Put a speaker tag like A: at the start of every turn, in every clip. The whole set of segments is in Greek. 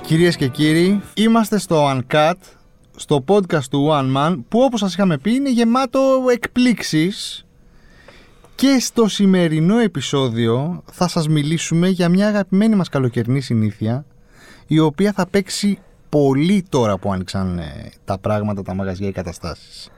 A: Κυρίες και κύριοι, είμαστε στο Uncut, στο podcast του One Man, που όπως σας είχαμε πει είναι γεμάτο εκπλήξεις. Και στο σημερινό επεισόδιο θα σας μιλήσουμε για μια αγαπημένη μας καλοκαιρινή συνήθεια, η οποία θα παίξει πολύ τώρα που άνοιξαν ε, τα πράγματα, τα μαγαζιά, οι καταστάσεις.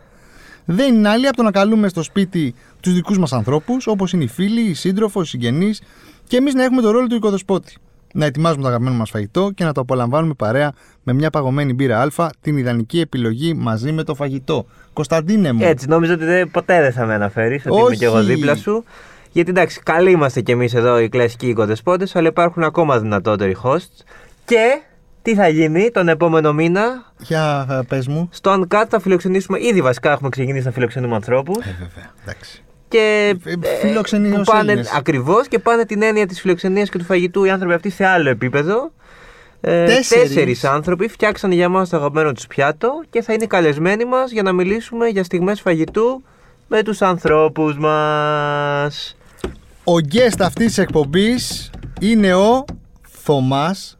A: Δεν είναι άλλη από το να καλούμε στο σπίτι τους δικούς μας ανθρώπους, όπως είναι οι φίλοι, οι σύντροφοι, οι συγγενείς και εμείς να έχουμε το ρόλο του οικοδεσπότη. Να ετοιμάζουμε το αγαπημένο μας φαγητό και να το απολαμβάνουμε παρέα με μια παγωμένη μπύρα α, την ιδανική επιλογή μαζί με το φαγητό. Κωνσταντίνε μου,
B: Έτσι, νόμιζα ότι δεν, ποτέ δεν θα με αναφέρεις ότι είμαι
A: Ναι. Όχι.
B: και εγώ δίπλα σου. Γιατί εντάξει, καλοί είμαστε κι εμείς εδώ οι κλασικοί οικοδεσπότες, αλλά υπάρχουν ακόμα δυνατότεροι hosts. Και τι θα γίνει τον επόμενο μήνα.
A: για ε, πες μου.
B: Στο Uncut θα φιλοξενήσουμε, ήδη βασικά έχουμε ξεκινήσει να φιλοξενούμε ανθρώπους.
A: Ε, βέβαια, εντάξει.
B: Και
A: Ε, φιλοξενεί ως
B: πάνε,
A: Έλληνες.
B: Ακριβώς και πάνε την έννοια της φιλοξενίας και του φαγητού οι άνθρωποι αυτοί σε άλλο επίπεδο. Ε,
A: Τέσσερις.
B: τέσσερις άνθρωποι φτιάξαν για μας το αγαπημένο τους πιάτο και θα είναι καλεσμένοι μας για να μιλήσουμε για στιγμές φαγητού με τους ανθρώπους μας.
A: Ο guest αυτής της εκπομπής είναι ο Θωμάς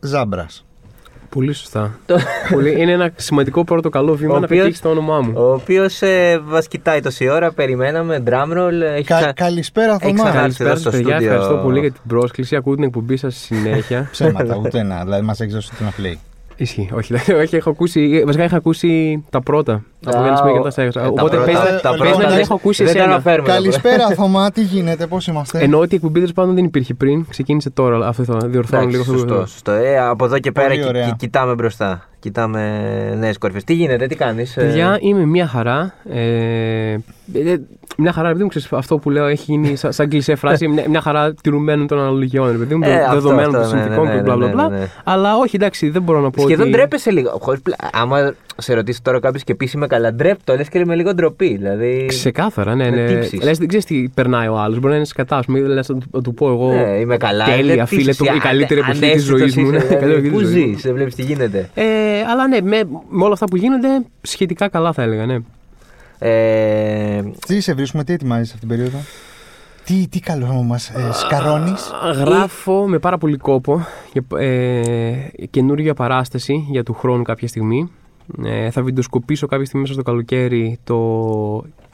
A: Ζάμπρας.
C: Πολύ σωστά. Πολύ... Είναι ένα σημαντικό πρώτο καλό βήμα
B: Ο
C: να
B: οποίος-
C: πετύχεις το όνομά μου.
B: Ο οποίος ε, μας κοιτάει τόση ώρα, περιμέναμε, drum roll. Έχει
A: Κα-
B: ξα-
A: Καλησπέρα
B: Έχει
A: Θωμά.
B: ξανά-
C: Καλησπέρα
B: έρθει εδώ στο
C: σας, παιδιά.
B: στούντιο.
C: Ευχαριστώ πολύ για την πρόσκληση. Ακούω την εκπομπή σας συνέχεια.
A: Ψέματα, ούτε ένα. Δηλαδή μας έχεις δώσει ούτε ένα play.
C: Ισχύει. Όχι, δεν- όχι, έχω ακούσει. Βασικά είχα ακούσει τα πρώτα. Από
B: Α,
C: την
B: ο-
C: Σπίγκα τα
B: ε,
C: έγραψα.
B: τα
C: Οπότε
B: πρώτα-
C: πες να-
B: τα
C: πες
B: πρώτα
C: να
B: δεν-
C: την έχω ακούσει
B: δεν τα
C: εσένα.
B: αναφέρουμε τα
A: Καλησπέρα Θωμά, τι γίνεται, πώς είμαστε.
C: Εννοώ ότι η εκπομπή τέλο πάντων δεν υπήρχε πριν. Ξεκίνησε τώρα. αλλά Αυτό θα διορθώνω
B: Εντάξει,
C: λίγο. αυτό που
B: σωστό,
C: είπα.
B: σωστό. Ε, από εδώ και
A: Πολύ
B: πέρα κοι-
A: ωραία.
B: κοι- κοιτάμε μπροστά. Κοιτάμε νέες κορυφές. Τι γίνεται, τι ε? κάνει.
C: Παιδιά, είμαι μια χαρά. Ε, ε, μια χαρά, επειδή μου ξέρεις, αυτό που λέω έχει γίνει σαν, σαν κλεισέ φράση. μια, μια χαρά τηρουμένων των αναλογιών, ρε παιδί μου, των
B: Ε, αυτό,
C: δεδομένων
B: αυτό,
C: των
B: ναι, ναι,
C: συνθηκών
B: ναι,
C: και
B: ναι,
C: μπλα μπλα
B: ναι,
C: μπλα.
B: ναι.
C: Αλλά όχι, εντάξει, δεν μπορώ να πω.
B: Σχεδόν
C: ότι...
B: ντρέπεσαι λίγο. Χωρίς πλα... Άμα σε ρωτήσει τώρα κάποιος και πει είμαι καλά, ντρέπ το λες και με λίγο ντροπή. Δηλαδή.
C: Ξεκάθαρα, ναι,
B: Με
C: ναι.
B: τύψεις.
C: Λες, δεν ξέρεις τι περνάει ο άλλος. Μπορεί να είναι σκατά, ας πούμε, λες να του πω εγώ.
B: Ε, είμαι καλά.
C: τέλεια,
B: Λέει, τι
C: φίλε,
B: είσαι,
C: το- η
B: ανε-
C: καλύτερη εποχή της
B: ανέστητος
C: ζωής μου,
B: είσαι,
C: ναι, η
B: δηλαδή,
C: καλύτερη εποχή
B: Πού
C: της ζωής μου.
B: ζεις, δεν βλέπεις τι γίνεται.
C: Ε, αλλά ναι, με, με όλα αυτά που γίνονται, σχετικά καλά θα έλεγα, ναι.
B: Ε,
A: Τι σε βρίσκουμε, τι ετοιμάζεις αυτή την περίοδο. Τι, τι καλό μας ε, σκαρώνεις.
C: Γράφω με πάρα πολύ κόπο για- ε, καινούργια παράσταση για του χρόνου κάποια στιγμή. Ε, θα βιντεοσκοπήσω κάποια στιγμή μέσα στο καλοκαίρι το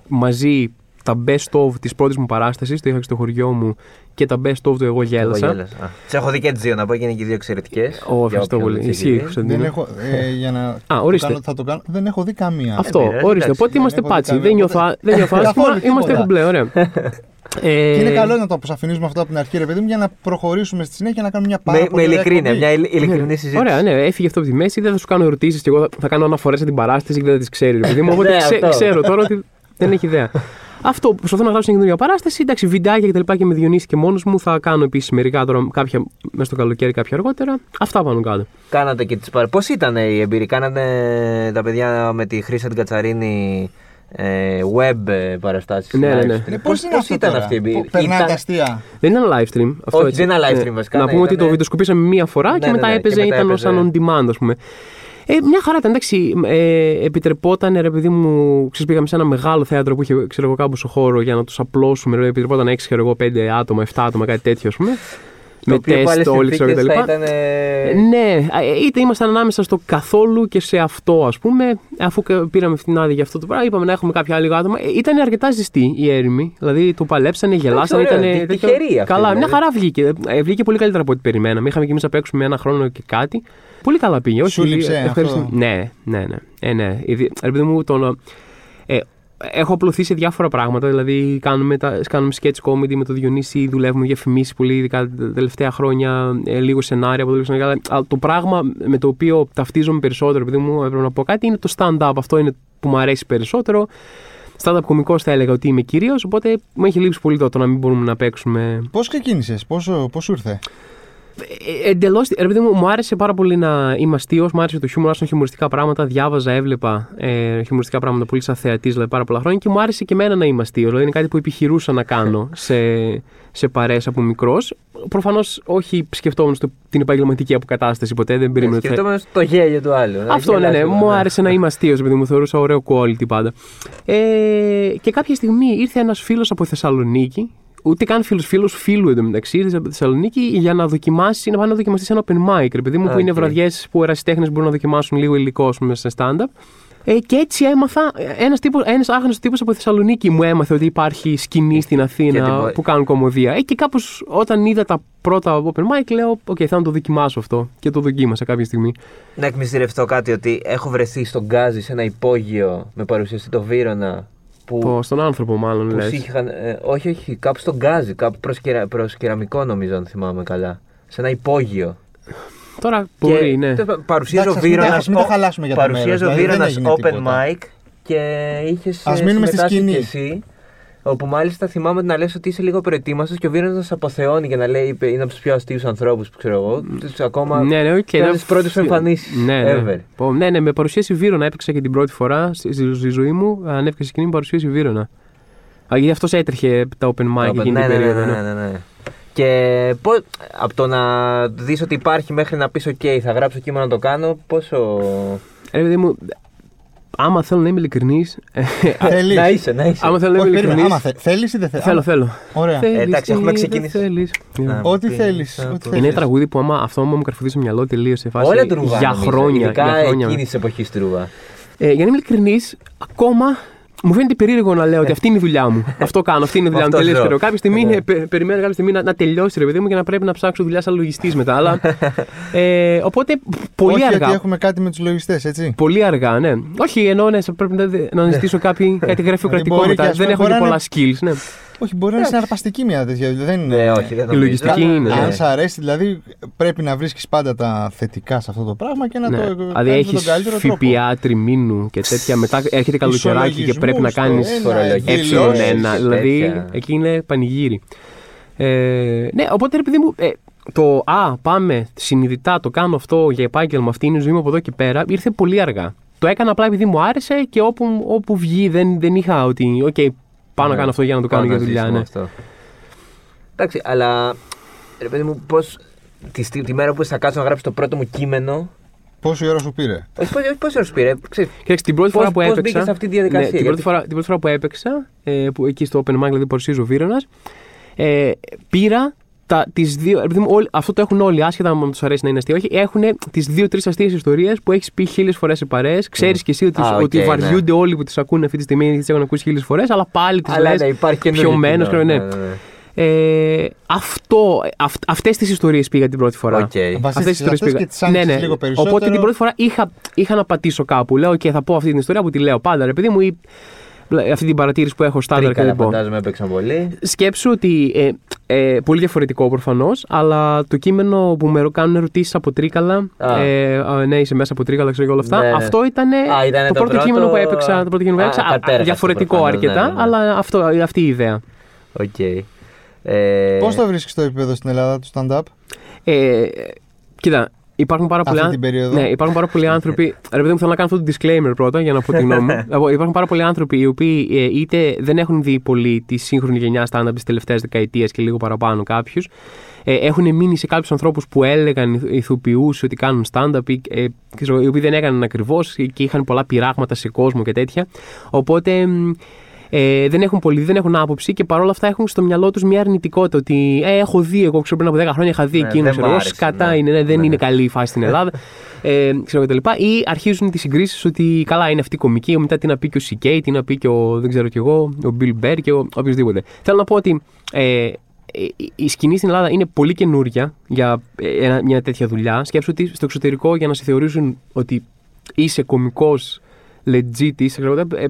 C: μαζί τα best of της πρώτης μου παράστασης, το είχα και στο χωριό μου και τα best of του εγώ
B: εγώ
C: γέλασα.
B: γέλασα. Α, Τις έχω δει και τις δύο να πω και είναι και οι δύο εξαιρετικές.
C: Ω, ευχαριστώ πολύ. Ισχύει,
A: Δεν
C: Κωνσταντίνε.
A: έχω, ε, για να
C: Α, ορίστε.
A: Το κάνω, θα το κάνω. Δεν έχω δει καμία.
C: Αυτό,
B: πειράζει, εντάξει,
C: ορίστε. Οπότε
A: Ε, δεν
C: είμαστε
A: έχω δει
C: πάτσι.
A: καμία,
C: Δεν νιώθω,
A: οπότε-
C: δεν νιώθω άσχημα.
A: Καθόλου, τίποτα.
C: Είμαστε κουμπλέ, ωραία. ε,
A: Και είναι καλό να το αποσαφηνίζουμε αυτό από την αρχή, ρε παιδί μου, για να προχωρήσουμε στη συνέχεια να κάνουμε μια πάρα
B: Με, με
A: πολύ ωραία
B: ειλικρίνεια,
A: εκπομπή.
B: μια ειλ- ειλικρινή συζήτηση.
C: Ωραία, ναι, έφυγε αυτό από τη μέση. Δεν θα σου κάνω ερωτήσεις και εγώ θα, θα κάνω αναφορές σε την παράσταση και δεν θα τις ξέρει. ρε παιδί μου. Οπότε
B: Ναι,
C: ξέ-
B: αυτό.
C: ξέρω τώρα ότι δεν έχει ιδέα. Αυτό προσπαθώ να γράψω μια καινούργια παράσταση. Εντάξει, βιντεάκια και τα λοιπά και με Διονύση και μόνος μου. Θα κάνω επίσης μερικά τώρα, κάποια μέσα στο καλοκαίρι, κάποια αργότερα. Αυτά πάνω κάτω.
B: Κάνατε και τις παρα... Πώς ήταν η εμπειρία, κάνατε τα παιδιά με τη Χρύσα την Κατσαρίνη ε, web ε, παραστάσεις.
C: Ναι, ναι,
B: live
C: ναι.
B: stream.
A: Ναι,
B: Ε, Πώς,
A: πώς, είναι
B: πώς
A: αυτό
B: ήταν
A: τώρα?
B: αυτή η
A: Πο-
B: εμπειρία.
A: Περνάει
B: Ήταν-
A: τα αστεία.
C: Δεν ήταν live stream. Αυτό
B: Όχι,
C: έτσι.
B: δεν ήταν live
C: Ναι.
B: stream βασικά,
C: Να
B: ναι,
C: πούμε ότι
B: ήταν-
C: το βιντεοσκοπήσαμε μία φορά
B: Ναι,
C: και
B: ναι,
C: μετά
B: ναι, και
C: έπαιζε,
B: μετά
C: ήταν ως
B: έπαιζε.
C: on demand, ας πούμε. Ε, μια χαρά ήταν, εντάξει. Ε, επιτρεπόταν, ρε παιδί μου, ξέρεις, πήγαμε σε ένα μεγάλο θέατρο που είχε ξέρω, εγώ, κάπου στο χώρο για να τους απλώσουμε. Ρε, επιτρεπόταν 6, ξέρω εγώ, 5 άτομα, 7 άτομα, κάτι τέτοιο, ας πούμε.
B: Το
C: με
B: οποίο πάλι
C: τεστ, όλοι,
B: συνθήκες
C: ξέρω κτλ.
B: θα ήταν, ε,
C: Ναι, α, ε, είτε ήμασταν ανάμεσα στο καθόλου και σε αυτό, ας πούμε. Αφού κα- πήραμε την άδεια για αυτό το πράγμα, είπαμε να έχουμε κάποια άλλη άτομα. Ε, Ήταν αρκετά ζεστή η έρημη. Δηλαδή το παλέψανε, γελάσανε.
B: ωραίο,
C: Ήταν
B: τη- τυχερή αυτή,
C: Καλά, μια
B: δηλαδή.
C: χαρά βγήκε. Ε, Βγήκε πολύ καλύτερα από ό,τι περιμέναμε. Είχαμε κι εμείς να παίξουμε ένα χρόνο και κάτι. Πολύ καλά πήγε. Όχι, ε,
A: Σου λείψε
C: ευχαριστώ.
A: αυτό.
C: Ναι, ναι, ναι. Ε, ναι. Ήδη- Ρε παιδί μου, το να- ε, έχω απλωθεί σε διάφορα πράγματα. Δηλαδή, κάνουμε, τα, κάνουμε sketch comedy με το Διονύση, δουλεύουμε για φημίσεις πολύ, ειδικά τα τελευταία χρόνια, ε, λίγο σενάρια από το λίγο σενάρια. Αλλά το πράγμα με το οποίο ταυτίζομαι περισσότερο, επειδή μου έπρεπε να πω κάτι, είναι το stand-up. Αυτό είναι που μου αρέσει περισσότερο. Stand-up κωμικός θα έλεγα ότι είμαι κυρίως, οπότε μου έχει λείψει πολύ το, το να μην μπορούμε να παίξουμε
A: Πώς ξεκίνησες, πώ σου ήρθε.
C: Εντελώ. Ε, Ρε παιδί μου, μου άρεσε πάρα πολύ να είμαι αστείος, μου άρεσε το χιούμορ, άρεσαν χιουμοριστικά πράγματα. Διάβαζα, έβλεπα ε, χιουμοριστικά πράγματα πολύ σαν θεατής δηλαδή, πάρα πολλά χρόνια και μου άρεσε και εμένα να είμαι αστείος. Δηλαδή είναι κάτι που επιχειρούσα να κάνω σε, σε παρέ από μικρός. Προφανώς όχι σκεφτόμουν στο, την επαγγελματική αποκατάσταση ποτέ, δεν περίμενα ότι θα-
B: Σκεφτόμουν το γέλιο του άλλου. να
C: αυτό, ναι, ναι.
B: γελάσουμε,
C: Μου άρεσε να είμαι αστείος, επειδή μου θεωρούσα ωραίο quality πάντα. Ε, και κάποια στιγμή ήρθε ένας φίλος από Θεσσαλονίκη, ούτε καν φίλο φίλο φίλου εντωμεταξύ της Θεσσαλονίκη για να δοκιμάσει, να πάει να δοκιμαστεί σε ένα open mic. Ρε παιδί μου, που
B: Οκ.
C: είναι βραδιές που ερασιτέχνες μπορούν να δοκιμάσουν λίγο υλικό, ας πούμε, σε stand-up. Ε, και έτσι έμαθα, ένας ένας άγνωστος τύπος από τη Θεσσαλονίκη μου έμαθε ότι υπάρχει σκηνή στην
B: Και
C: Αθήνα
B: τίποτα.
C: που κάνουν κομμωδία. Ε, και κάπως όταν είδα τα πρώτα open mic, λέω: Οκ, θα να το δοκιμάσω αυτό. Και το δοκίμασα κάποια στιγμή.
B: Να εκμυστηρευτώ κάτι ότι έχω βρεθεί στον Γκάζι σε ένα υπόγειο με παρουσιαστή το Βύρονα. Που,
C: Το, στον άνθρωπο, μάλλον
B: που
C: λες.
B: σύγχαν- ε, όχι, όχι, κάπου στον Γκάζι, κάπου προς, κερα- προς κεραμικό νομίζω, αν θυμάμαι καλά. Σε ένα υπόγειο.
C: Τώρα μπορεί,
B: και,
C: ναι.
B: τέλος πάντων, Παρουσίαζε ο
A: Εντάξει, ας μην τα-
B: Βύρονας
A: ας μην τα
B: ο-
A: χαλάσουμε για το
B: παρουσίαζε
A: μέρος,
B: ο
A: δηλαδή, δεν
B: Βύρονας
A: έγινε
B: open
A: τίποτα.
B: mic και είχες
A: Ας μείνουμε στη σκηνή.
B: Και εσύ, όπου μάλιστα θυμάμαι να λες ότι είσαι λίγο προετοίμαστος και ο Βύρονας να αποθεώνει και να λέει είπε, είναι από τους πιο αστείους ανθρώπους που ξέρω εγώ. Τους ακόμα
C: Ναι, ναι, οκ.
B: ήταν
C: ναι.
B: τις πρώτες σου εμφανίσεις
C: Ναι, ναι.
B: ever.
C: Πω, ναι, ναι, με παρουσίαση Βύρονα έπαιξα και την πρώτη φορά στη, στη- στη ζωή μου. Ανέβηκα στη σκηνή με παρουσίαση Βύρονα. Α, γιατί αυτός έτρεχε τα open mic
B: Open.
C: εκείνη
B: ναι,
C: την
B: ναι, ναι,
C: περίοδο.
B: ναι,
C: ναι.
B: ναι, ναι. Και πώς, από το να δεις ότι υπάρχει μέχρι να πεις «ΟΚ, θα γράψω κείμενο να το κάνω», πόσο...
C: Ε, Ρε, παιδί μου, άμα θέλω να είμαι ε, ειλικρινή.
A: Θέλεις.
B: Να είσαι, να είσαι.
C: άμα θέλω να είμαι
A: Όχι, περίμενα.
C: ειλικρινής.
A: Άμα θε, θέλεις ή δεν θέλεις.
C: Θέλω, θέλω.
A: Ωραία.
C: Θέλεις
B: εντάξει, έχουμε
C: ή δεν
B: ξεκινήσει. Ναι.
C: θέλεις.
B: Να μου
A: Ό,τι
B: πεις,
A: θέλεις,
B: θα
A: ό,τι
B: το-
A: θέλεις.
C: Είναι ένα τραγούδι που άμα αυτό μου καρφωθείς στο μυαλό τελείω σε φάση.
B: Όλα του ρουβά.
C: Για
B: νομίζω,
C: χρόνια.
B: Ειδικά
C: για χρόνια.
B: εκείνης τη εποχής του ρουβά.
C: Ε, για να είμαι ειλικρινής, ακόμα μου φαίνεται περίεργο να λέω ότι αυτή είναι η δουλειά μου. αυτό κάνω, αυτή είναι η δουλειά μου.
B: Αυτό
C: Τελείω
B: ζω.
C: περίεργο. Κάποια στιγμή
B: Ναι.
C: είναι- πε- περιμένω κάποια στιγμή να, να τελειώσει ρε παιδί μου και να πρέπει να ψάξω δουλειά σαν λογιστής μετά. Αλλά, ε, οπότε πολύ
A: Όχι
C: αργά.
A: γιατί έχουμε κάτι με τους λογιστές, έτσι.
C: Πολύ αργά, ναι. Όχι, ενώ ναι, σε- πρέπει να, να αναζητήσω κάτι, κάτι γραφειοκρατικό
A: μπορεί και,
C: μετά.
A: ας πούμε,
C: Δεν έχω και
A: μπορεί να
C: πολλά
A: είναι-
C: skills. Ναι.
A: Όχι, μπορεί να είναι συναρπαστική μια τέτοια δουλειά. Δεν είναι.
B: Ναι, όχι, δεν
C: Η λογιστική
B: νομίζω.
C: είναι, ναι.
A: Αν σ' αρέσει, δηλαδή πρέπει να βρίσκεις πάντα τα θετικά σε αυτό το πράγμα και να
C: ναι.
A: το
C: Δηλαδή
A: κάνεις με
C: έχει
A: τον καλύτερο τρόπο.
C: ΦΠΑ τριμήνου και τέτοια. Μετά έρχεται καλοκαιράκι και πρέπει να κάνει
A: Ισολογισμούς, το
B: φορολογική.
A: ένα,
C: Έψιλον
A: δηλώσεις.
C: ένα.
B: τέτοια.
C: Δηλαδή εκεί είναι πανηγύρι. Ε, ναι, οπότε ρε παιδί μου, ε, το Α, πάμε συνειδητά, το κάνω αυτό για επάγγελμα, αυτή είναι η ζωή μου από εδώ και πέρα, ήρθε πολύ αργά. Το έκανα απλά επειδή μου άρεσε και όπου, όπου βγει δεν, δεν είχα ότι, οκ, πάω να
B: Ναι.
C: κάνω αυτό για να το
B: Πάω
C: κάνω για
B: να
C: δουλειά.
B: ζήσουμε
C: Ναι.
B: αυτό. Εντάξει, αλλά ρε παιδί μου, πώς. Τη, στι- τη μέρα που θα κάτσω να γράψω το πρώτο μου κείμενο.
A: Πόση ώρα σου πήρε.
C: Ε.
B: Όχι, πώς- όχι πόση ώρα σου πήρε. ξέρεις,
C: Κοίταξε, την πρώτη
B: Πώς-
C: φορά που
B: πώς
C: έπαιξα.
B: μπήκες σε αυτή τη διαδικασία,
C: Ναι, την,
B: γιατί-
C: πρώτη φορά, την πρώτη φορά που έπαιξα, ε, που εκεί στο Open Mic, δηλαδή παρουσίαζε ο Βίρονας, ε, πήρα τα, τις δύο. Επειδή μου όλοι- αυτό το έχουν όλοι, άσχετα με τους αρέσει να είναι αστείο ή όχι, έχουν τις δύο-τρει αστείες ιστορίες που έχεις πει χίλιες φορές σε παρέες. Ξέρεις κι εσύ ότι,
B: Α,
C: ότι
B: οκ, ναι.
C: βαριούνται όλοι που τις ακούνε αυτή τη στιγμή γιατί τις έχουν ακούσει χίλιες φορές, αλλά πάλι τις
B: Αλλά ναι,
C: λε.
B: υπάρχει και
C: πιωμένος, ναι. Ε, αυτό, αυ, αυτές τις ιστορίες πήγα την πρώτη φορά.
B: Οκ.
A: Βασίστηκες
C: Αυτές τις ιστορίες
A: αυτές
C: πήγα. Ναι,
A: και τις άνοιξες λίγο περισσότερο.
C: Οπότε την πρώτη φορά είχα, είχα να πατήσω κάπου. Λέω και θα πω αυτή την ιστορία που τη λέω πάντα. Ρε παιδί μου, ή αυτή την παρατήρηση που έχω στάνταρ και
B: Τρίκα,
C: δεν πω.
B: φαντάζομαι έπαιξαν πολύ.
C: Σκέψου ότι. Ε, ε, πολύ διαφορετικό προφανώς, αλλά το κείμενο που με κάνουν ερωτήσεις από τρίκαλα.
B: Α.
C: Ε, α, ναι, είσαι μέσα από τρίκαλα, ξέρω και όλα αυτά.
B: Ναι, ναι.
C: Αυτό ήταν
B: Α, ήταν
C: το,
B: το
C: πρώτο,
B: πρώτο-
C: κείμενο που έπαιξα. Το πρώτο κείμενο που
B: Α,
C: έπαιξα. Α,
B: κατέρευσε
C: διαφορετικό
B: προφανώς, ναι,
C: αρκετά,
B: ναι, ναι.
C: αλλά αυτό, αυτή η ιδέα.
B: Οκ. Ε,
A: Πώ το βρίσκεις το επίπεδο στην Ελλάδα του stand-up,
C: Ε, κοίτα, υπάρχουν πάρα
A: Αυτή
C: πολλοί.
A: την περίοδο.
C: Ναι, υπάρχουν πάρα πολλοί άνθρωποι. Ρε παιδί μου, θέλω να κάνω αυτό το disclaimer πρώτα για να πω τη γνώμη μου. Λοιπόν, υπάρχουν πάρα πολλοί άνθρωποι οι οποίοι ε, είτε δεν έχουν δει πολύ τη σύγχρονη γενιά stand-up τις τελευταίες δεκαετίες και λίγο παραπάνω κάποιους. Ε, έχουν μείνει σε κάποιους ανθρώπους που έλεγαν ηθου- ηθοποιούς ότι κάνουν stand-up, ή, ε, ξέρω, οι οποίοι δεν έκαναν ακριβώς και είχαν πολλά πειράγματα σε κόσμο και τέτοια. Οπότε μ, ε, δεν έχουν πολύ, δεν έχουν άποψη και παρόλα αυτά έχουν στο μυαλό τους μια αρνητικότητα ότι ε, έχω δει εγώ ξέρω, πριν από 10 χρόνια, είχα δει
B: Ναι,
C: εκείνο.
B: δεν
C: Ξέρω,
B: μ'
C: εγώ,
B: άρεσε,
C: σκατά
B: ναι.
C: είναι, ναι, δεν
B: Ναι.
C: είναι καλή η φάση στην Ελλάδα. ε, ξέρω κτλ. Ή αρχίζουν τις συγκρίσεις ότι καλά είναι αυτή η κομική, μετά τι να πει και ο CK, τι να πει και ο δεν ξέρω κι εγώ, ο Bill Bear και ο οποιοδήποτε. Θέλω να πω ότι ε, η- η σκηνή στην Ελλάδα είναι πολύ καινούρια για ε, ένα- μια τέτοια δουλειά. Σκέψου ότι στο εξωτερικό για να σε θεωρήσουν ότι είσαι κωμικό legit, είσαι, ξέρω, ε, ε, ε,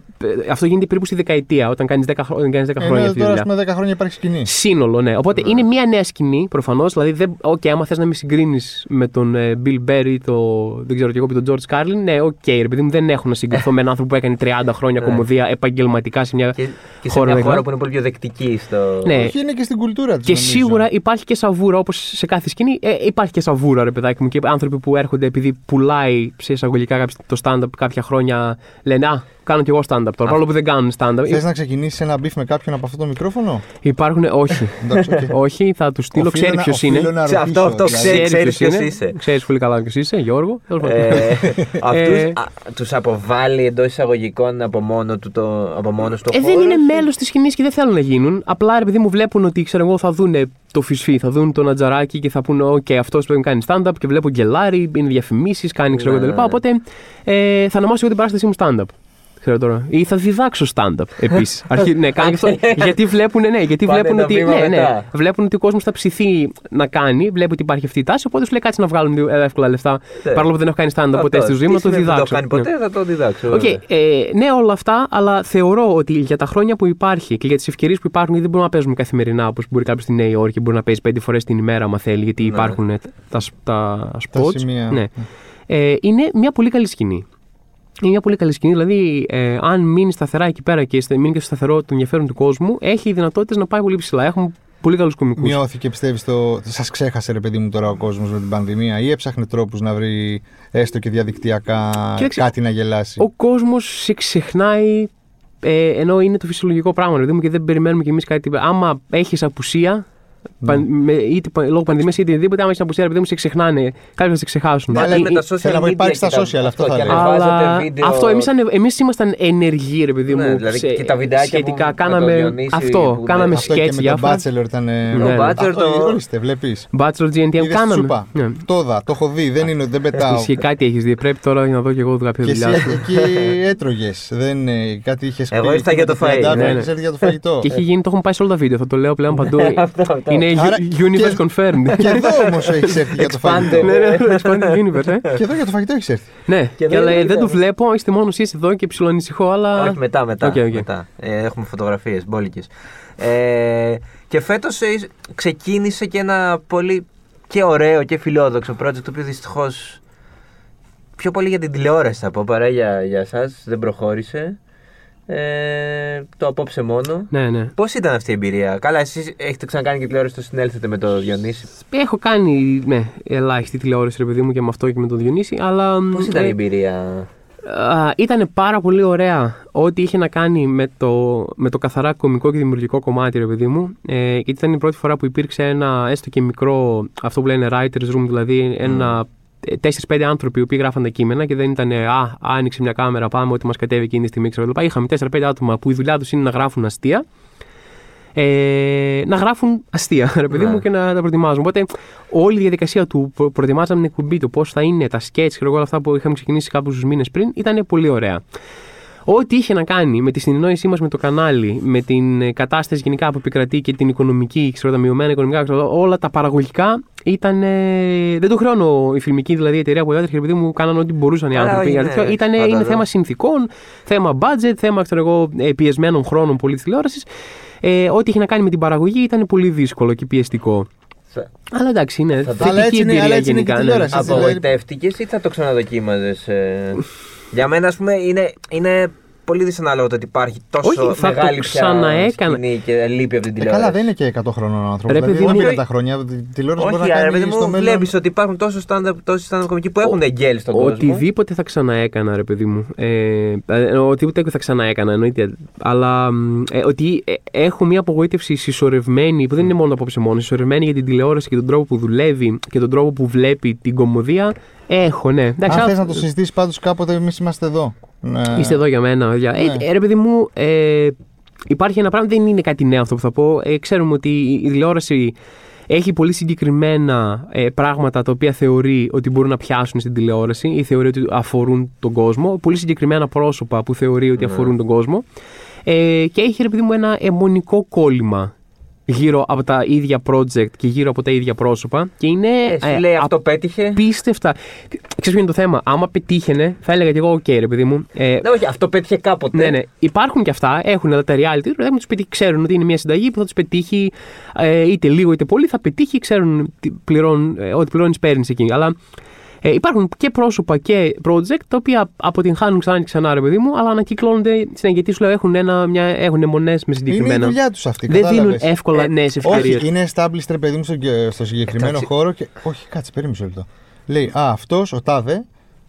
C: αυτό γίνεται περίπου στη δεκαετία όταν κάνεις 10, χρο- όταν κάνεις 10 χρόνια
A: Ενώ
C: αυτή τη δουλειά.
A: Ε, ναι, τώρα με 10 χρόνια υπάρχει σκηνή.
C: Σύνολο, ναι. Οπότε είναι μια νέα σκηνή προφανώς. Δηλαδή, δεν, okay, άμα θες να με συγκρίνεις με τον ε, Bill Berry ή το, δεν ξέρω και εγώ, τον George Carlin, ναι, οκ, okay, ρε παιδί μου, δεν έχω να συγκριθώ με έναν άνθρωπο που έκανε 30 χρόνια
B: Ναι.
C: κομμωδία επαγγελματικά σε μια.
B: και, και σε
C: χώρα
B: μια
C: να
B: χώρα
C: γράψω.
B: που είναι πολύ πιο δεκτική στο.
C: Ναι.
A: Όχι, είναι και στην κουλτούρα του.
C: Και σίγουρα υπάρχει και σαβούρα, όπως σε κάθε σκηνή. Ε, υπάρχει και σαβούρα, ρε παιδάκι μου. Και άνθρωποι που έρχονται επειδή πουλάει σε εισαγωγικά κάποιος το stand-up κάποια χρόνια λένε Α, Κάνω κι εγώ stand-up τώρα. Παρόλο που δεν κάνουν stand-up.
A: Θες να ξεκινήσεις ένα μπιφ με κάποιον από αυτό το μικρόφωνο.
C: Υπάρχουν. Όχι.
A: Εντάξει, οκ.
C: όχι, θα τους στείλω.
A: Οφείλω
C: Ξέρει
A: να-
C: ποιος
A: οφείλω
C: είναι.
A: να
B: Ξε-
A: ρωτήσω,
B: αυτό- αυτό
A: δηλαδή.
B: ξέρει.
C: Ξέρεις
B: ποιος είσαι.
C: Ξέρεις πολύ καλά ποιος είσαι, Γιώργο. Τέλος πάντων.
B: Ε,
C: Ε,
B: αυτούς, α, τους αποβάλλει εντός εισαγωγικών από μόνο του το, από μόνος του
C: Ε, δεν είναι μέλος της σκηνής και δεν θέλουν να γίνουν. Απλά επειδή μου βλέπουν ότι ξέρω εγώ θα δουν το φυσφή, θα δουν τον Ατζαράκι και θα πούνε: OK, αυτός πρέπει να κάνει stand-up και βλέπω γκελάρι, είναι διαφημίσεις, κάνει ξέρω εγώ
B: Ναι,
C: κτλ.
B: ναι.
C: Οπότε ε, θα ονομάσω εγώ την παράστασή μου stand-up. Ξέρω τώρα. Ή θα διδάξω stand-up επίσης. ναι, κάνω και αυτό. γιατί βλέπουν, ναι, γιατί
B: Πάνε
C: βλέπουν
B: ένα
C: ότι,
B: βήμα
C: ναι, ναι,
B: μετά.
C: βλέπουν ότι ο κόσμος θα ψηθεί να κάνει, βλέπει ότι υπάρχει αυτή η τάση. Οπότε σου λέει κάτσε να βγάλουν δύο εύκολα λεφτά.
B: Ναι.
C: Παρόλο που δεν έχω κάνει stand-up ποτέ στη ζωή μου, να το
B: Δεν το
C: διδάξω.
B: κάνει
C: Ναι.
B: ποτέ, θα το διδάξω.
C: Οκ,
B: βέβαια.
C: ε, ναι, όλα αυτά, αλλά θεωρώ ότι για τα χρόνια που υπάρχει και για τις ευκαιρίες που υπάρχουν, γιατί δεν μπορούμε να παίζουμε καθημερινά όπως μπορεί κάποιος στη Νέα Υόρκη, μπορεί να παίζει πέντε φορές την ημέρα, άμα θέλει, γιατί υπάρχουν ε, τα, σ- τα spots.
A: σημεία.
C: Ναι. Ε, είναι μια πολύ καλή σκηνή. Είναι μια πολύ καλή σκηνή. Δηλαδή, ε, αν μείνει σταθερά εκεί πέρα και στε- μείνει και στο σταθερό το ενδιαφέρον του κόσμου, έχει δυνατότητες να πάει πολύ ψηλά. Έχουμε πολύ καλούς κομικούς.
A: Μειώθηκε, πιστεύεις, το. Σας ξέχασε, ρε παιδί μου, τώρα ο κόσμος με την πανδημία ή έψαχνε τρόπους να βρει έστω και διαδικτυακά
C: Κοίταξε,
A: κάτι να γελάσει.
C: Ο κόσμος σε ξεχνάει ε, ενώ είναι το φυσιολογικό πράγμα. Δηλαδή, και δεν περιμένουμε κι εμείς κάτι. Άμα έχεις απουσία,
B: Ναι.
C: παν, με, είτε πα- λόγω πανδημίας είτε οτιδήποτε, άμα έχεις απουσία, επειδή μου σε ξεχνάνε, κάποιοι θα σε ξεχάσουν.
A: Ναι,
C: Ε,
A: αλλά
C: ε,
A: με
C: ε,
A: τα θέλω να πω, υπάρχει στα
B: και τα-
A: social, αυτό θα
B: και
A: λέω.
B: ανεβάζετε
C: αλλά
B: βίντεο-
C: αυτό εμείς, ανε- εμείς ήμασταν ενεργοί ρε παιδί
B: Ναι,
C: μου
B: δηλαδή και τα βιντεάκια
C: σχετικά
B: που- με τον
C: κάναμε
B: Διονύση
C: αυτό
B: που-
C: κάναμε
A: Αυτό και
C: σκέτς
A: με τον
C: διάφορα
A: Bachelor ήταν. ε,
C: Ναι. Ο
B: Bachelor
A: Αυτό,
B: το-
A: Ορίστε, βλέπεις.
C: Bachelor GNTM
A: Είδες τη
C: κάναμε
A: σούπα.
C: Ναι.
A: Το είδα, το έχω δει, δεν, είναι, δεν πετάω.
C: Εσύ κάτι έχεις δει πρέπει τώρα να δω κι εγώ κάποια
A: Και εσύ
C: δουλειά σου.
A: εκεί έτρωγες. Δεν ε, κάτι είχες
B: Εγώ ήρθα για το φαΐ,
C: ναι, ναι.
A: για το φαγητό.
C: Και έχει γίνει, το έχουν πάει σε όλα τα βίντεο, θα το λέω πλέον παντού.
B: Ε. αυτό, αυτό.
C: Είναι
A: Άρα, και-
C: universe confirmed.
A: Και εδώ όμως έχεις έρθει για το φαγητό.
B: Expanded.
C: Ναι, ναι, expanded universe, ε.
A: Και εδώ για το φαγητό έχεις έρθει.
C: Ναι,
B: Και
C: και
B: δεν
C: αλλά
B: είναι
C: δεν
B: ιδέα.
C: το βλέπω, είστε μόνος εσεί εδώ και ψιλοανησυχώ, αλλά.
B: Όχι, μετά, μετά.
C: Οκ, οκ.
B: μετά. Ε, έχουμε φωτογραφίες, μπόλικες. Ε, και φέτος ξεκίνησε και ένα πολύ και ωραίο και φιλόδοξο project το οποίο δυστυχώς. Πιο πολύ για την τηλεόραση θα πω παρά για, για εσάς, δεν προχώρησε. Ε, το απόψε μόνο.
C: Ναι, ναι.
B: Πώς ήταν αυτή η εμπειρία, Καλά, εσείς έχετε ξανακάνει και τηλεόραση, το συνέλθετε με το Διονύση.
C: Έχω κάνει ναι, ελάχιστη τηλεόραση, ρε παιδί μου, και με αυτό και με τον Διονύση, αλλά.
B: Πώ
C: μ,
B: ήταν η
C: ε,
B: εμπειρία,
C: α, ήταν πάρα πολύ ωραία ό,τι είχε να κάνει με το, με το καθαρά κομικό και δημιουργικό κομμάτι, ρε παιδί μου. Ε, γιατί ήταν η πρώτη φορά που υπήρξε ένα έστω και μικρό, αυτό που λένε writer's room, δηλαδή ένα. ε, 4-5 άνθρωποι οι οποίοι γράφαν τα κείμενα και δεν ήταν ε, Α, άνοιξε μια κάμερα, πάμε, ό,τι μας κατέβει εκείνη τη στιγμή. Ξέρω, τα λοιπά». Είχαμε 4-5 άτομα που η δουλειά τους είναι να γράφουν αστεία ε, να γράφουν αστεία, ρε παιδί
B: Ναι.
C: μου, και να τα προετοιμάζουν. Οπότε όλη η διαδικασία του που προετοιμάζαμε την εκπομπή του, πώς θα είναι, τα σκέτς και όλα αυτά που είχαμε ξεκινήσει κάποιους μήνες πριν, ήταν πολύ ωραία. Ό,τι είχε να κάνει με τη συνεννόησή μας με το κανάλι, με την ε, κατάσταση γενικά που επικρατεί και την οικονομική, ξέρω, τα μειωμένα οικονομικά, ξέρω, όλα τα παραγωγικά ήταν. ε, δεν το χρεώνω η φιλμική δηλαδή, εταιρεία που έτρεχε, επειδή μου κάνανε ό,τι μπορούσαν οι
B: Αλλά όχι,
C: άνθρωποι.
B: ναι,
C: γιατί ήταν, ε,
B: φαντάζομαι.
C: είναι θέμα συνθηκών, θέμα budget, θέμα ξέρω εγώ, ε, πιεσμένων χρόνων πολύ τηλεόρασης. Ε, ό,τι είχε να κάνει με την παραγωγή ήταν πολύ δύσκολο και πιεστικό.
B: θα-
C: Αλλά εντάξει, είναι θετική
A: Αλλά έτσι είναι-
C: εμπειρία
A: αλλά έτσι είναι και
C: γενικά.
A: η
C: ναι.
A: τηλεόραση. Σας
B: Απογοητεύτηκες ή θα το ξαναδοκίμαζες. Για μένα, ας πούμε, είναι, είναι πολύ δυσανάλογο το ότι υπάρχει τόσο
C: Όχι, θα το
B: μεγάλη πια
C: ξαναέκανα.
B: σκηνή και λείπει από
A: Ε,
B: την τηλεόραση.
A: καλά, δεν είναι και 100 χρονών άνθρωπος.
C: Ρε,
A: Δηλαδή,
C: παιδί
A: δεν
C: μου,
A: πήρε
B: ε,
A: τα χρόνια. τη- τη Τηλεόραση μπορεί
B: Όχι, ε,
A: να
B: ρε παιδί
A: κάνει στο
B: μου,
A: μέλλον.
B: βλέπεις ότι υπάρχουν τόσο stand-up, τόσοι stand-up κομικοί που έχουν εγγέλει στον κόσμο.
C: Οτιδήποτε θα ξαναέκανα, ρε παιδί μου. Ε, ε, οτιδήποτε θα ξαναέκανα, εννοείται. Αλλά μ, ε, ότι ε, έχω μια απογοήτευση συσσωρευμένη, που δεν είναι μόνο απόψε μόνο, συσσωρευμένη για την τηλεόραση και τον τρόπο που δουλεύει και τον τρόπο που βλέπει την κομμωδία. Έχω, ναι. Εντάξει,
A: Αν
C: α-
A: θες να το συζητήσεις πάντως κάποτε, εμείς είμαστε εδώ.
B: Ε.
A: Ναι.
C: Είστε εδώ για μένα, παιδιά.
A: Ναι.
C: Ε, ρε παιδί μου, ε, υπάρχει ένα πράγμα, δεν είναι κάτι νέο αυτό που θα πω. Ε, ξέρουμε ότι η τηλεόραση έχει πολύ συγκεκριμένα ε, πράγματα τα οποία θεωρεί ότι μπορούν να πιάσουν στην τηλεόραση ή θεωρεί ότι αφορούν τον κόσμο. Πολύ συγκεκριμένα πρόσωπα που θεωρεί
B: Ναι.
C: ότι αφορούν τον κόσμο. Ε, και έχει, ρε παιδί μου, ένα αιμονικό κόλλημα γύρω από τα ίδια project και γύρω από τα ίδια πρόσωπα και είναι
B: Ε,
C: ε,
B: σου λέει αυτό πέτυχε.
C: απίστευτα. Ξέρεις ποιο είναι το θέμα. Άμα πετύχαινε, θα έλεγα και εγώ, οκ, ρε παιδί μου. Ε,
B: Ναι, όχι, αυτό πέτυχε κάποτε.
A: Ε,
C: ναι, ναι. Υπάρχουν και αυτά. Έχουν αλλά τα reality. Πρέπει να τους πετύχει. Ξέρουν ότι είναι μια συνταγή που θα τους πετύχει ε, είτε λίγο είτε πολύ. Θα πετύχει, ξέρουν τι πληρών, ε, ότι πληρώνεις, παίρνεις εκεί. Αλλά ε, υπάρχουν και πρόσωπα και project τα οποία αποτυγχάνουν ξανά και ξανά, ρε παιδί μου, αλλά ανακυκλώνονται στην γιατί σου λέω έχουν, ένα, μια, έχουν μονές με
A: Είναι η
C: συγκεκριμένα.
A: δουλειά τους αυτή.
C: Δεν δίνουν
A: κατάλαβες. Ε,
C: εύκολα ναι, νέε ευκαιρίε.
A: Όχι, είναι established ρε παιδί μου στο, στο συγκεκριμένο χώρο και. Όχι, κάτσε, περίμενε μισό λεπτό. Λέει, Α, αυτός ο τάδε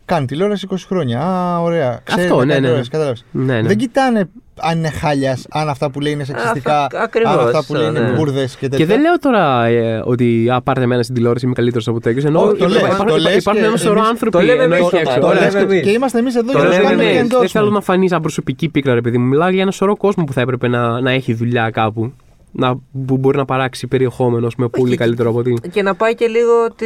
A: Κάνει τηλεόραση 20 χρόνια. Α, ωραία. Ξέρει,
C: Αυτό,
A: να
C: ναι,
A: κάνεις
C: ναι,
A: τηλεόραση,
C: ναι.
A: κατάλαβες.
C: Ναι, ναι.
A: Δεν κοιτάνε αν είναι χάλιας, αν αυτά που λέει είναι σεξιστικά,
B: Α, ακριβώς,
A: αν αυτά που λέει
B: ναι.
A: είναι μπουρδες και τέτοια.
C: Και δεν λέω τώρα ε, ότι α, πάρτε εμένα στην τηλεόραση, είμαι καλύτερος από τέτοιους. Ενώ
A: Όχι, το
C: υπά-
A: λες,
C: υπάρχουν-
A: το λες
C: υπάρχουν
A: και
C: ένα σωρό
A: εμείς-
C: άνθρωποι
B: το λέμε
C: ενώ
B: εμείς
C: εκεί
B: το
C: έξω.
B: το
A: Το
C: Ωραία.
B: λέμε
A: λες και-
B: εμείς.
A: και είμαστε εμείς εδώ
B: Το
A: για να
C: Τώρα
A: τους
B: λέμε
C: δεν,
A: κάνουμε
B: εμείς.
A: και
C: είναι- δεν θέλω
A: endorsement.
C: να φανείς σαν προσωπική πίκρα, ρε παιδί μου. Μιλάω για ένα σωρό κόσμο που θα έπρεπε να, να έχει δουλειά κάπου. Να, που μπορεί να παράξει περιεχόμενο με πολύ καλύτερο από ότι.
B: Και να πάει και λίγο τη,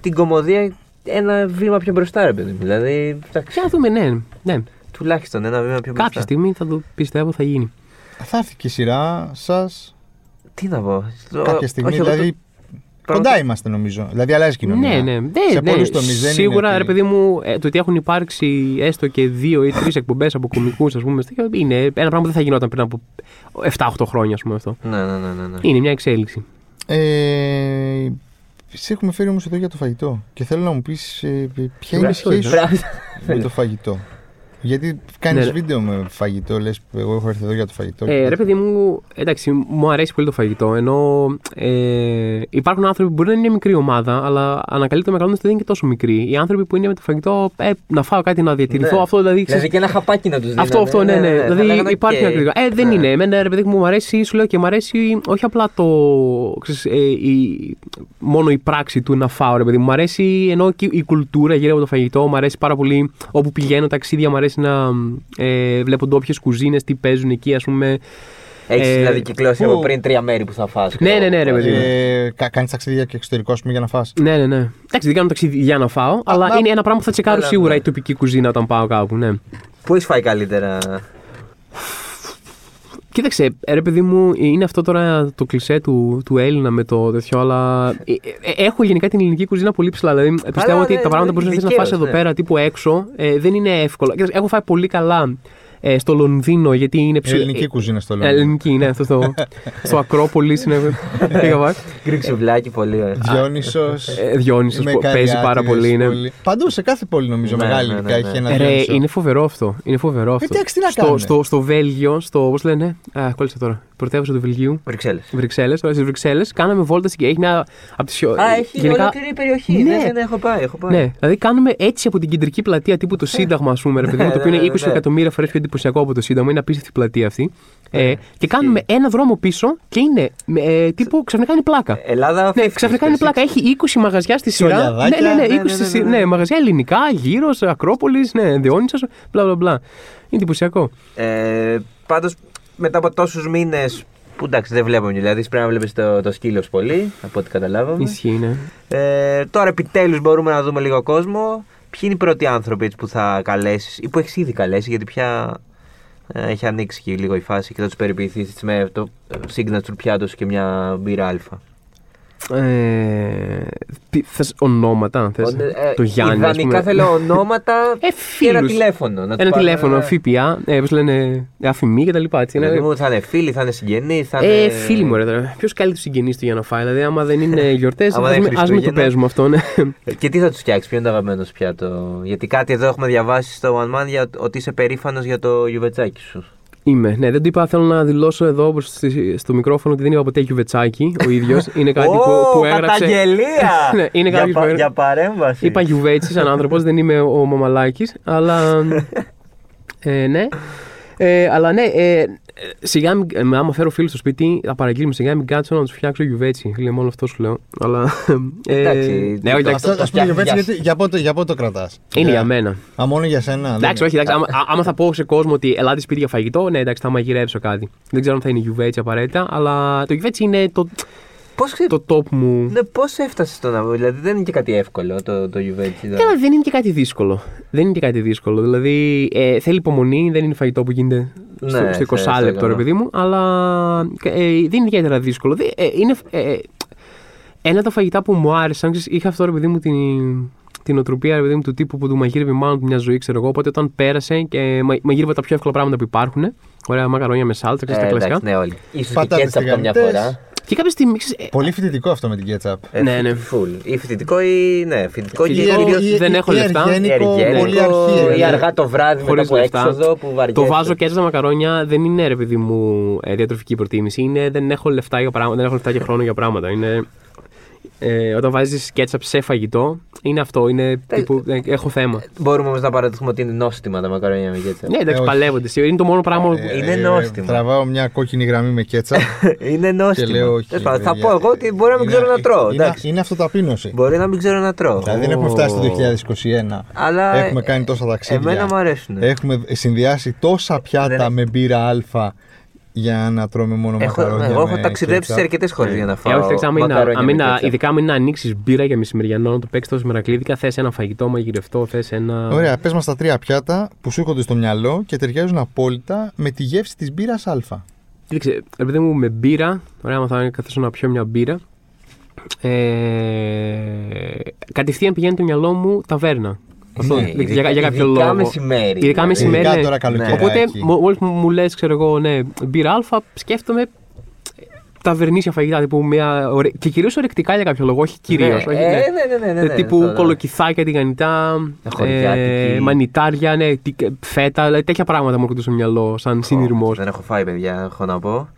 B: την κομμωδία ένα βήμα πιο μπροστά, ρε παιδί. μου. Δηλαδή, εντάξει,
C: Και να δούμε, ναι. ναι.
B: τουλάχιστον ένα βήμα πιο μπροστά.
C: Κάποια στιγμή θα το πιστεύω θα γίνει.
A: Θα έρθει και η σειρά σας
B: Τι να πω. στο-
A: κάποια στιγμή.
B: όχι, εγώ το-
A: Δηλαδή,
B: πρώτο-
A: κοντά είμαστε νομίζω. Δηλαδή, αλλάζει η
C: Ναι,
A: κοινωνία.
C: ναι. ναι,
A: Σε
C: ναι.
A: πολλούς τομείς δεν
C: Σίγουρα,
A: είναι
C: ρε
A: ότι-
C: παιδί μου, ε, το ότι έχουν υπάρξει έστω και δύο ή τρεις εκπομπές από κομικούς, ας πούμε, στοιχεία, είναι ένα πράγμα που δεν θα γινόταν πριν από 7-8 χρόνια, ας πούμε αυτό.
B: Ναι, ναι, ναι, ναι, ναι.
C: Είναι μια εξέλιξη.
A: Ε, σε έχουμε φέρει όμως εδώ για το φαγητό. Και θέλω να μου πεις ποια είναι η
C: Μπράβο,
A: σχέση σου
B: Μπράβο.
A: με το φαγητό. Γιατί κάνεις
C: Ναι.
A: βίντεο με φαγητό, λες. Εγώ έχω έρθει εδώ για το φαγητό.
C: Ε, ρε παιδί μου, εντάξει, μου αρέσει πολύ το φαγητό. Ενώ ε, υπάρχουν άνθρωποι που μπορεί να είναι μια μικρή ομάδα, αλλά ανακαλύπτω μεγαλώντα ότι δεν είναι και τόσο μικροί. Οι άνθρωποι που είναι με το φαγητό, ε, να φάω κάτι να διατηρηθώ.
B: Ναι.
C: Αυτό δηλαδή. ξέρεις,
B: Δηλαδή και ένα χαπάκι να Ε, του δίνει.
C: Αυτό, αυτό, ναι, ναι. Δηλαδή υπάρχει μια κριτική. Ε, δεν
B: Ναι.
C: είναι. Εμένα, ρε παιδί μου, μου αρέσει, σου λέω και μου αρέσει όχι απλά το. Ξέρεις, ε, η, μόνο η πράξη του να φάω, ρε παιδί μου. Μου αρέσει ενώ και η κουλτούρα γύρω από το φαγητό. Μου αρέσει πάρα πολύ όπου πηγαίνω ταξίδια. Μου αρέσει να ε, βλέπω ντόπιε κουζίνες, τι παίζουν εκεί, ας πούμε.
B: Έχεις
C: Ε,
B: δηλαδή κυκλώσει
A: πού-
B: από πριν τρία μέρη που θα φας.
C: Ναι, ναι, ναι, ρε παιδί μου.
A: Ε, κάνεις ταξίδια και εξωτερικό, ας πούμε, για να φας.
C: Ναι, ναι, ναι. Εντάξει, δεν κάνω ταξίδι για να φάω, αλλά
A: μα-
C: είναι ένα πράγμα που θα τσεκάρω
B: Καλά,
C: σίγουρα
B: ναι.
C: η τοπική κουζίνα όταν πάω κάπου, ναι.
B: Πού έχεις φάει καλύτερα.
C: Κοίταξε, ε, ρε παιδί μου, είναι αυτό τώρα το κλισέ του, του Έλληνα με το τέτοιο, αλλά ε, ε, έχω γενικά την ελληνική κουζίνα πολύ ψηλά. Δηλαδή, ε, πιστεύω
B: Αλλά,
C: ότι
B: ναι,
C: τα πράγματα
B: ναι,
C: που μπορεί να θες να
B: δικαίως,
C: φας εδώ
B: ναι.
C: πέρα, τύπου έξω, ε, δεν είναι εύκολα. Κοίταξε, έχω φάει πολύ καλά ε, στο Λονδίνο, γιατί είναι ψηλά.
A: Ελληνική κουζίνα στο
C: ε,
A: λέω.
C: ελληνική, ναι, αυτό στο, στο Ακρόπολης είναι. πήγα βάζ.
B: Γκριξιβλάκι πολύ. ε.
A: Διόνυσος,
C: Ε, Διόνυσος
A: με
C: που παίζει
A: καριάτιδες
C: πάρα πολύ. ναι.
A: πόλη. Παντού σε κάθε πόλη νομίζω
B: Ναι,
A: μεγάλη
B: ναι,
A: ειδικά
B: ναι, ναι.
A: έχει ένα
C: Ε, Ρε,
A: Διόνυσο.
C: είναι φοβερό αυτό. Είναι
B: Ε,
C: φοβερό αυτό.
A: Εντάξει, τι να
C: στο,
A: κάνουμε.
C: στο, στο Βέλγιο, στο. Πώς λένε. Α, κόλλησα τώρα. Πρωτεύουσα του Βελγίου.
B: Βρυξέλλες.
C: Βρυξέλλες, τώρα στις Βρυξέλλες, κάναμε βόλτα στην Έχει μια. Από τις... πιο-
B: Α, έχει ολόκληρη περιοχή.
C: Ε,
B: Ναι,
C: Ναι.
B: ναι, ναι, έχω πάει. Έχω πάει.
C: Ναι, δηλαδή κάνουμε έτσι από την κεντρική πλατεία τύπου το Σύνταγμα, ας πούμε, ρε παιδί μου, το οποίο
B: Ε. ναι,
C: είναι
B: ναι,
C: 20
B: ναι.
C: εκατομμύρια φορές πιο εντυπωσιακό από το Σύνταγμα, είναι απίστευτη πλατεία αυτή. Ε, και κάνουμε ένα δρόμο πίσω και είναι ε, τύπου ξαφνικά είναι πλάκα.
B: Ελλάδα.
C: Ναι, ξαφνικά είναι πλάκα. Έχει 20 μαγαζιά στη σειρά. Ναι,
A: Σολιαδάκια.
C: ναι, ναι, 20
B: Ναι, ναι,
C: στη
B: ναι,
C: σειρά.
B: ναι.
C: ναι, μαγαζιά ελληνικά, γύρω, Ακρόπολης, ναι, Διόνυσας, μπλα μπλα μπλα. Είναι εντυπωσιακό.
B: Πάντω Ε, μετά από τόσους μήνες που εντάξει δεν βλέπουμε δηλαδή πρέπει να βλέπεις το, το σκύλος πολύ από ό,τι καταλάβαμε.
C: Ισχύει, ναι.
B: Ε, τώρα επιτέλους μπορούμε να δούμε λίγο κόσμο. Ποιοι είναι οι πρώτοι άνθρωποι έτσι, που θα καλέσεις ή που έχεις ήδη καλέσει, γιατί πια ε, έχει ανοίξει και λίγο η φάση και θα τους περιποιηθείς με το ε, signature πιάτος σου και μια μπύρα Α.
C: Ε, τι- θες ονόματα, θες,
B: Ε, ε,
C: το Γιάννη, ας
B: Ιδανικά
C: πούμε.
B: θέλω ονόματα
C: Ε,
B: και ένα
C: φίλους.
B: τηλέφωνο. να του
C: Ένα
B: πάρουμε
C: τηλέφωνο,
B: ένα-
C: ΦΠΑ, ε, πώς λένε, αφημί και τα λοιπά. Έτσι,
B: Δηλαδή
C: είναι.
B: μου, θα είναι φίλοι, θα είναι συγγενείς. Θα είναι...
C: Ε, φίλοι μου, ρε τώρα. Ποιος καλεί τους συγγενείς του για να φάει, δηλαδή, άμα δεν είναι γιορτές,
B: Άμα δεν είναι
C: ας μην το
B: Χριστούγεννα.
C: παίζουμε αυτό, ναι.
B: Ε, Και τι θα τους φτιάξεις, ποιο είναι το αγαπημένο σου πιάτο. Γιατί κάτι εδώ έχουμε διαβάσει στο One Man για, ότι είσαι περήφανος για το γιουβετσάκι σου.
C: Είμαι. Ναι, δεν το είπα. Θέλω να δηλώσω εδώ προς στη- στο μικρόφωνο ότι δεν είπα ποτέ γιουβετσάκι ο ίδιος. Είναι κάτι που,
B: Ω,
C: που έγραψε.
B: Καταγγελία!
C: Ναι, είναι κάποιος
B: για,
C: που
B: πα-
C: έγραψε-
B: για παρέμβαση.
C: Είπα γιουβέτσι σαν άνθρωπος, δεν είμαι ο Μαμαλάκης, αλλά. ε, ναι. Ε, αλλά ναι, ε, σιγά μην, ε, άμα φέρω φίλους στο σπίτι, θα παραγγείλουμε σιγά μην κάτσω να τους φτιάξω γιουβέτσι. Λέει μόνο αυτό σου λέω. Αλλά. ε,
B: Εντάξει,
C: ναι, όχι,
B: το-
C: εντάξει.
A: Αυτό ας πούμε
B: φτιάχνει
A: για πέτσι,
B: για-
A: γιατί για πότε- για πότε το κρατάς.
B: Ναι.
A: Ε,
C: Είναι για μένα.
A: Α, μόνο για σένα.
C: Εντάξει,
A: δεν-
C: όχι, εντάξει. Άμα, α- άμα θα πω σε κόσμο ότι ελάτε σπίτι για φαγητό, ναι, εντάξει, θα μαγειρέψω κάτι. Δεν ξέρω αν θα είναι γιουβέτσι απαραίτητα, αλλά το γιουβέτσι είναι το,
B: Πώς, ξε...
C: το top μου.
B: ναι, πώς έφτασες στο να... Δηλαδή δεν είναι και κάτι εύκολο το, το Juventus. δηλαδή.
C: Καλά, δεν είναι και κάτι δύσκολο. Δεν είναι και κάτι δύσκολο. Δηλαδή ε, θέλει υπομονή, δεν είναι φαγητό που γίνεται
B: Ναι,
C: στο, στο
B: σε-
C: 20
B: σε
C: λεπτό, ρε
B: καλά.
C: παιδί μου, αλλά ε, δεν είναι ιδιαίτερα δύσκολο. Δε- ε, είναι, ε, ε, ένα από τα φαγητά που μου άρεσαν, ξέρεις, είχα αυτό ρε παιδί μου την, την οτροπία ρε παιδί μου του τύπου που του μαγείρευε η μάνα του μια ζωή, ξέρω εγώ. Οπότε όταν πέρασε και μα- μαγείρευε τα πιο εύκολα πράγματα που υπάρχουν. Ωραία μακαρόνια με σάλτσα, ξέρεις,
B: Ε,
C: τα κλασικά.
B: εντάξει, ναι, όλοι. Ίσως
A: Πατάτες
B: και κέτσαπ καμιά
A: τηγανιτές.
B: φορά.
C: Και κάποια στιγμή. ξέρεις, ε,
A: Πολύ φοιτητικό αυτό με την κέτσαπ.
B: Ε,
C: Ναι, ναι.
B: Full. Ή φοιτητικό ή... Ναι, φοιτητικό
C: Ή
B: και
C: Φοιτητικό,
B: κυρίως
C: ή- δεν έχω λεφτά.
A: Εργένικο,
B: εργένικο,
A: πολύ
B: Ή
A: αρχή. ε,
B: αργά το βράδυ μετά
C: Χωρίς
B: από
C: λεφτά.
B: έξοδο που βαριέσαι.
C: Το βάζω και έτσι στα μακαρόνια δεν είναι ρε παιδί μου ε, διατροφική προτίμηση. Είναι δεν έχω λεφτά για πράγματα, δεν έχω λεφτά και χρόνο για πράγματα. Είναι, ε, όταν βάζεις κέτσαπ σε φαγητό, είναι αυτό. Είναι τύπου. ε, έχω θέμα.
B: Μπορούμε όμως να παραδεχθούμε ότι είναι νόστιμα τα μακαρόνια με κέτσαπ.
C: Ναι, εντάξει,
A: όχι.
C: παλεύονται. σίγουρα. Είναι το μόνο πράγμα.
A: Ε,
B: Είναι
A: ε,
B: νόστιμο.
A: Τραβάω μια κόκκινη γραμμή με κέτσα
C: Ναι.
B: είναι
A: και
B: νόστιμα.
A: λέω όχι.
B: Τέλος πάντων, θα
A: παιδιά,
B: πω εγώ ότι μπορεί να μην
A: είναι-
B: ξέρω να τρώω.
A: Είναι,
B: εντάξει.
A: είναι αυτοταπείνωση.
B: Μπορεί να μην ξέρω να τρώω.
A: Δηλαδή δεν έχουμε φτάσει το 2021.
B: Αλλά ε,
A: Έχουμε κάνει τόσα ταξίδια.
B: Εμένα μου αρέσουν.
A: Έχουμε συνδυάσει τόσα πιάτα
B: Δεν-
A: με μπύρα Α για να τρώμε μόνο
B: Έχω,
A: μακαρόνια.
B: εγώ έχω
A: με
B: ταξιδέψει
A: κέτσα.
B: σε αρκετές χώρες για να
C: Ε,
B: φάω.
C: όχι, εντάξει, άμα είναι-
B: μακαρόνια
C: άμα
B: με
C: είναι-
B: κέτσαπ.
C: ειδικά με να ανοίξεις μπύρα για μεσημεριανό, να το παίξεις τόσο μερακλίδικα, θες ένα φαγητό μαγειρευτό, θες ένα.
A: Ωραία, πες μας τα τρία πιάτα που σου έρχονται στο μυαλό και ταιριάζουν απόλυτα με τη γεύση της μπύρας Α.
C: Κοίταξε, ρε παιδί μου, με μπύρα. Ωραία, άμα θα καθίσω να πιω μια μπύρα. Ε, κατευθείαν πηγαίνει το μυαλό μου ταβέρνα. Αυτό,
B: Ναι,
C: δεν-
B: ειδικά-
C: για, για κάποιο
B: ειδικά
C: λόγο.
B: μεσημέρι. δηλαδή.
C: Ειδικά μεσημέρι.
A: Ειδικά
C: ναι.
A: τώρα καλοκαιράκι.
C: Οπότε, μόλι μου λες, ξέρω εγώ, ναι, μπύρα Α, σκέφτομαι ταβερνίσια φαγητά. Τύπου μια, ωραί- Και κυρίως ορεκτικά για κάποιο λόγο, όχι κυρίω.
B: Ναι, ε, ναι, ναι, ναι, ναι, ναι,
C: τύπου
B: αυτό, ναι.
C: κολοκυθάκια, τηγανιτά,
B: Χωριάτικη.
C: μανιτάρια, ναι, τι- φέτα, δηλαδή τέτοια πράγματα μου έρχονται στο μυαλό σαν συνειρμός.
B: Δεν έχω φάει, παιδιά, έχω να πω.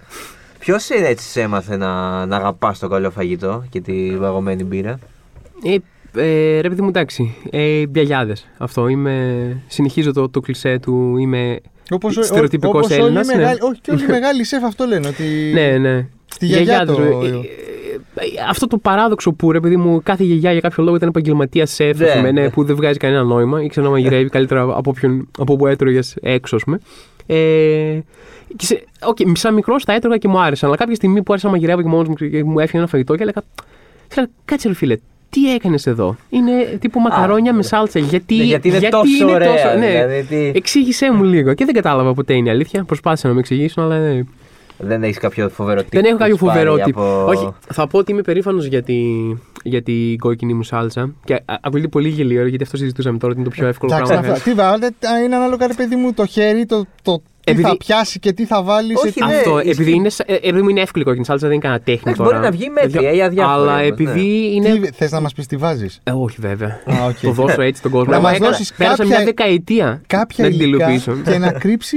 B: Ποιο έτσι σε έμαθε να, να αγαπάς το καλό φαγητό και τη βαγωμένη μπύρα.
C: Ε, ε, ρε παιδί μου, εντάξει. Ε, Μπιαγιάδες. Αυτό. Είμαι, συνεχίζω το, το κλισέ του. Είμαι
A: Όπως, ο-
C: στερεοτυπικός
A: όπως όλοι οι
C: Έλληνα. Ναι.
A: μεγάλοι- Όχι, και όλοι οι μεγάλοι σεφ αυτό λένε. Ότι...
C: ναι, ναι.
A: Στη γιαγιά
C: Γιαγιάδες,
A: το-
C: ρε. Ε, ε, ε, αυτό το παράδοξο που ρε παιδί μου, κάθε γιαγιά για κάποιο λόγο ήταν επαγγελματία σεφ,
B: Ναι.
C: ας πούμε, ναι, που δεν βγάζει κανένα νόημα, ήξερε να μαγειρεύει καλύτερα από, όποιον, από όπου έτρωγες έξω, ας πούμε. Ε, και σε, okay, σαν μικρός τα έτρωγα και μου άρεσαν, αλλά κάποια στιγμή που άρχισα να μαγειρεύω και μόνος μου, και μου έφυγε ένα φαγητό και έλεγα. «Ρε, Κάτσε, ρε φίλε, τι έκανες εδώ. Είναι τύπου μακαρόνια με σάλτσα. Γιατί,
B: Ναι, γιατί είναι τόσο
C: είναι
B: ωραία,
C: ναι.
B: δηλαδή, τι-
C: Εξήγησέ μου λίγο. Και δεν κατάλαβα ποτέ είναι η αλήθεια. Προσπάθησα να με εξηγήσουν, αλλά. ε,
B: Δεν έχεις κάποιο φοβερό τύπο.
C: δεν έχω κάποιο
B: που έχεις
C: φοβερό
B: πάρει
C: τύπο.
B: από-
C: Όχι, θα πω ότι είμαι περήφανος για, τη, για την κόκκινη μου σάλτσα. Και α- ακούγεται πολύ γελίο, γιατί αυτό συζητούσαμε τώρα ότι είναι το πιο εύκολο
A: Εντάξει,
C: πράγμα. να
A: αυτά-
C: κάνεις.
A: τι βάλετε, είναι ανάλογα ρε παιδί μου το χέρι, το, το τι
C: Επειδή-
A: θα πιάσει και τι θα βάλει.
B: Όχι, ναι.
C: Αυτό,
B: ισχύει.
C: επειδή είναι, σα- ε, επειδή μου είναι εύκολη η κόκκινη σάλτσα, δεν είναι κανένα τέχνη.
B: Εντάξει, μπορεί
C: τώρα.
B: να βγει μέτρια ή αδιάφορη,
C: Αλλά
B: όμως, ναι.
C: επειδή είναι.
A: Θες να μας πεις τι βάζεις.
C: Ε, όχι, βέβαια.
A: Α, οκ.
C: το δώσω έτσι τον κόσμο.
A: Να
C: Εγώ
A: μας
C: έκανα-
A: δώσεις
C: Πέρασα
A: κάποια-
C: μια δεκαετία
A: Κάποια
C: να την
A: υλικά
C: υλοποιήσω.
A: και να κρύψεις.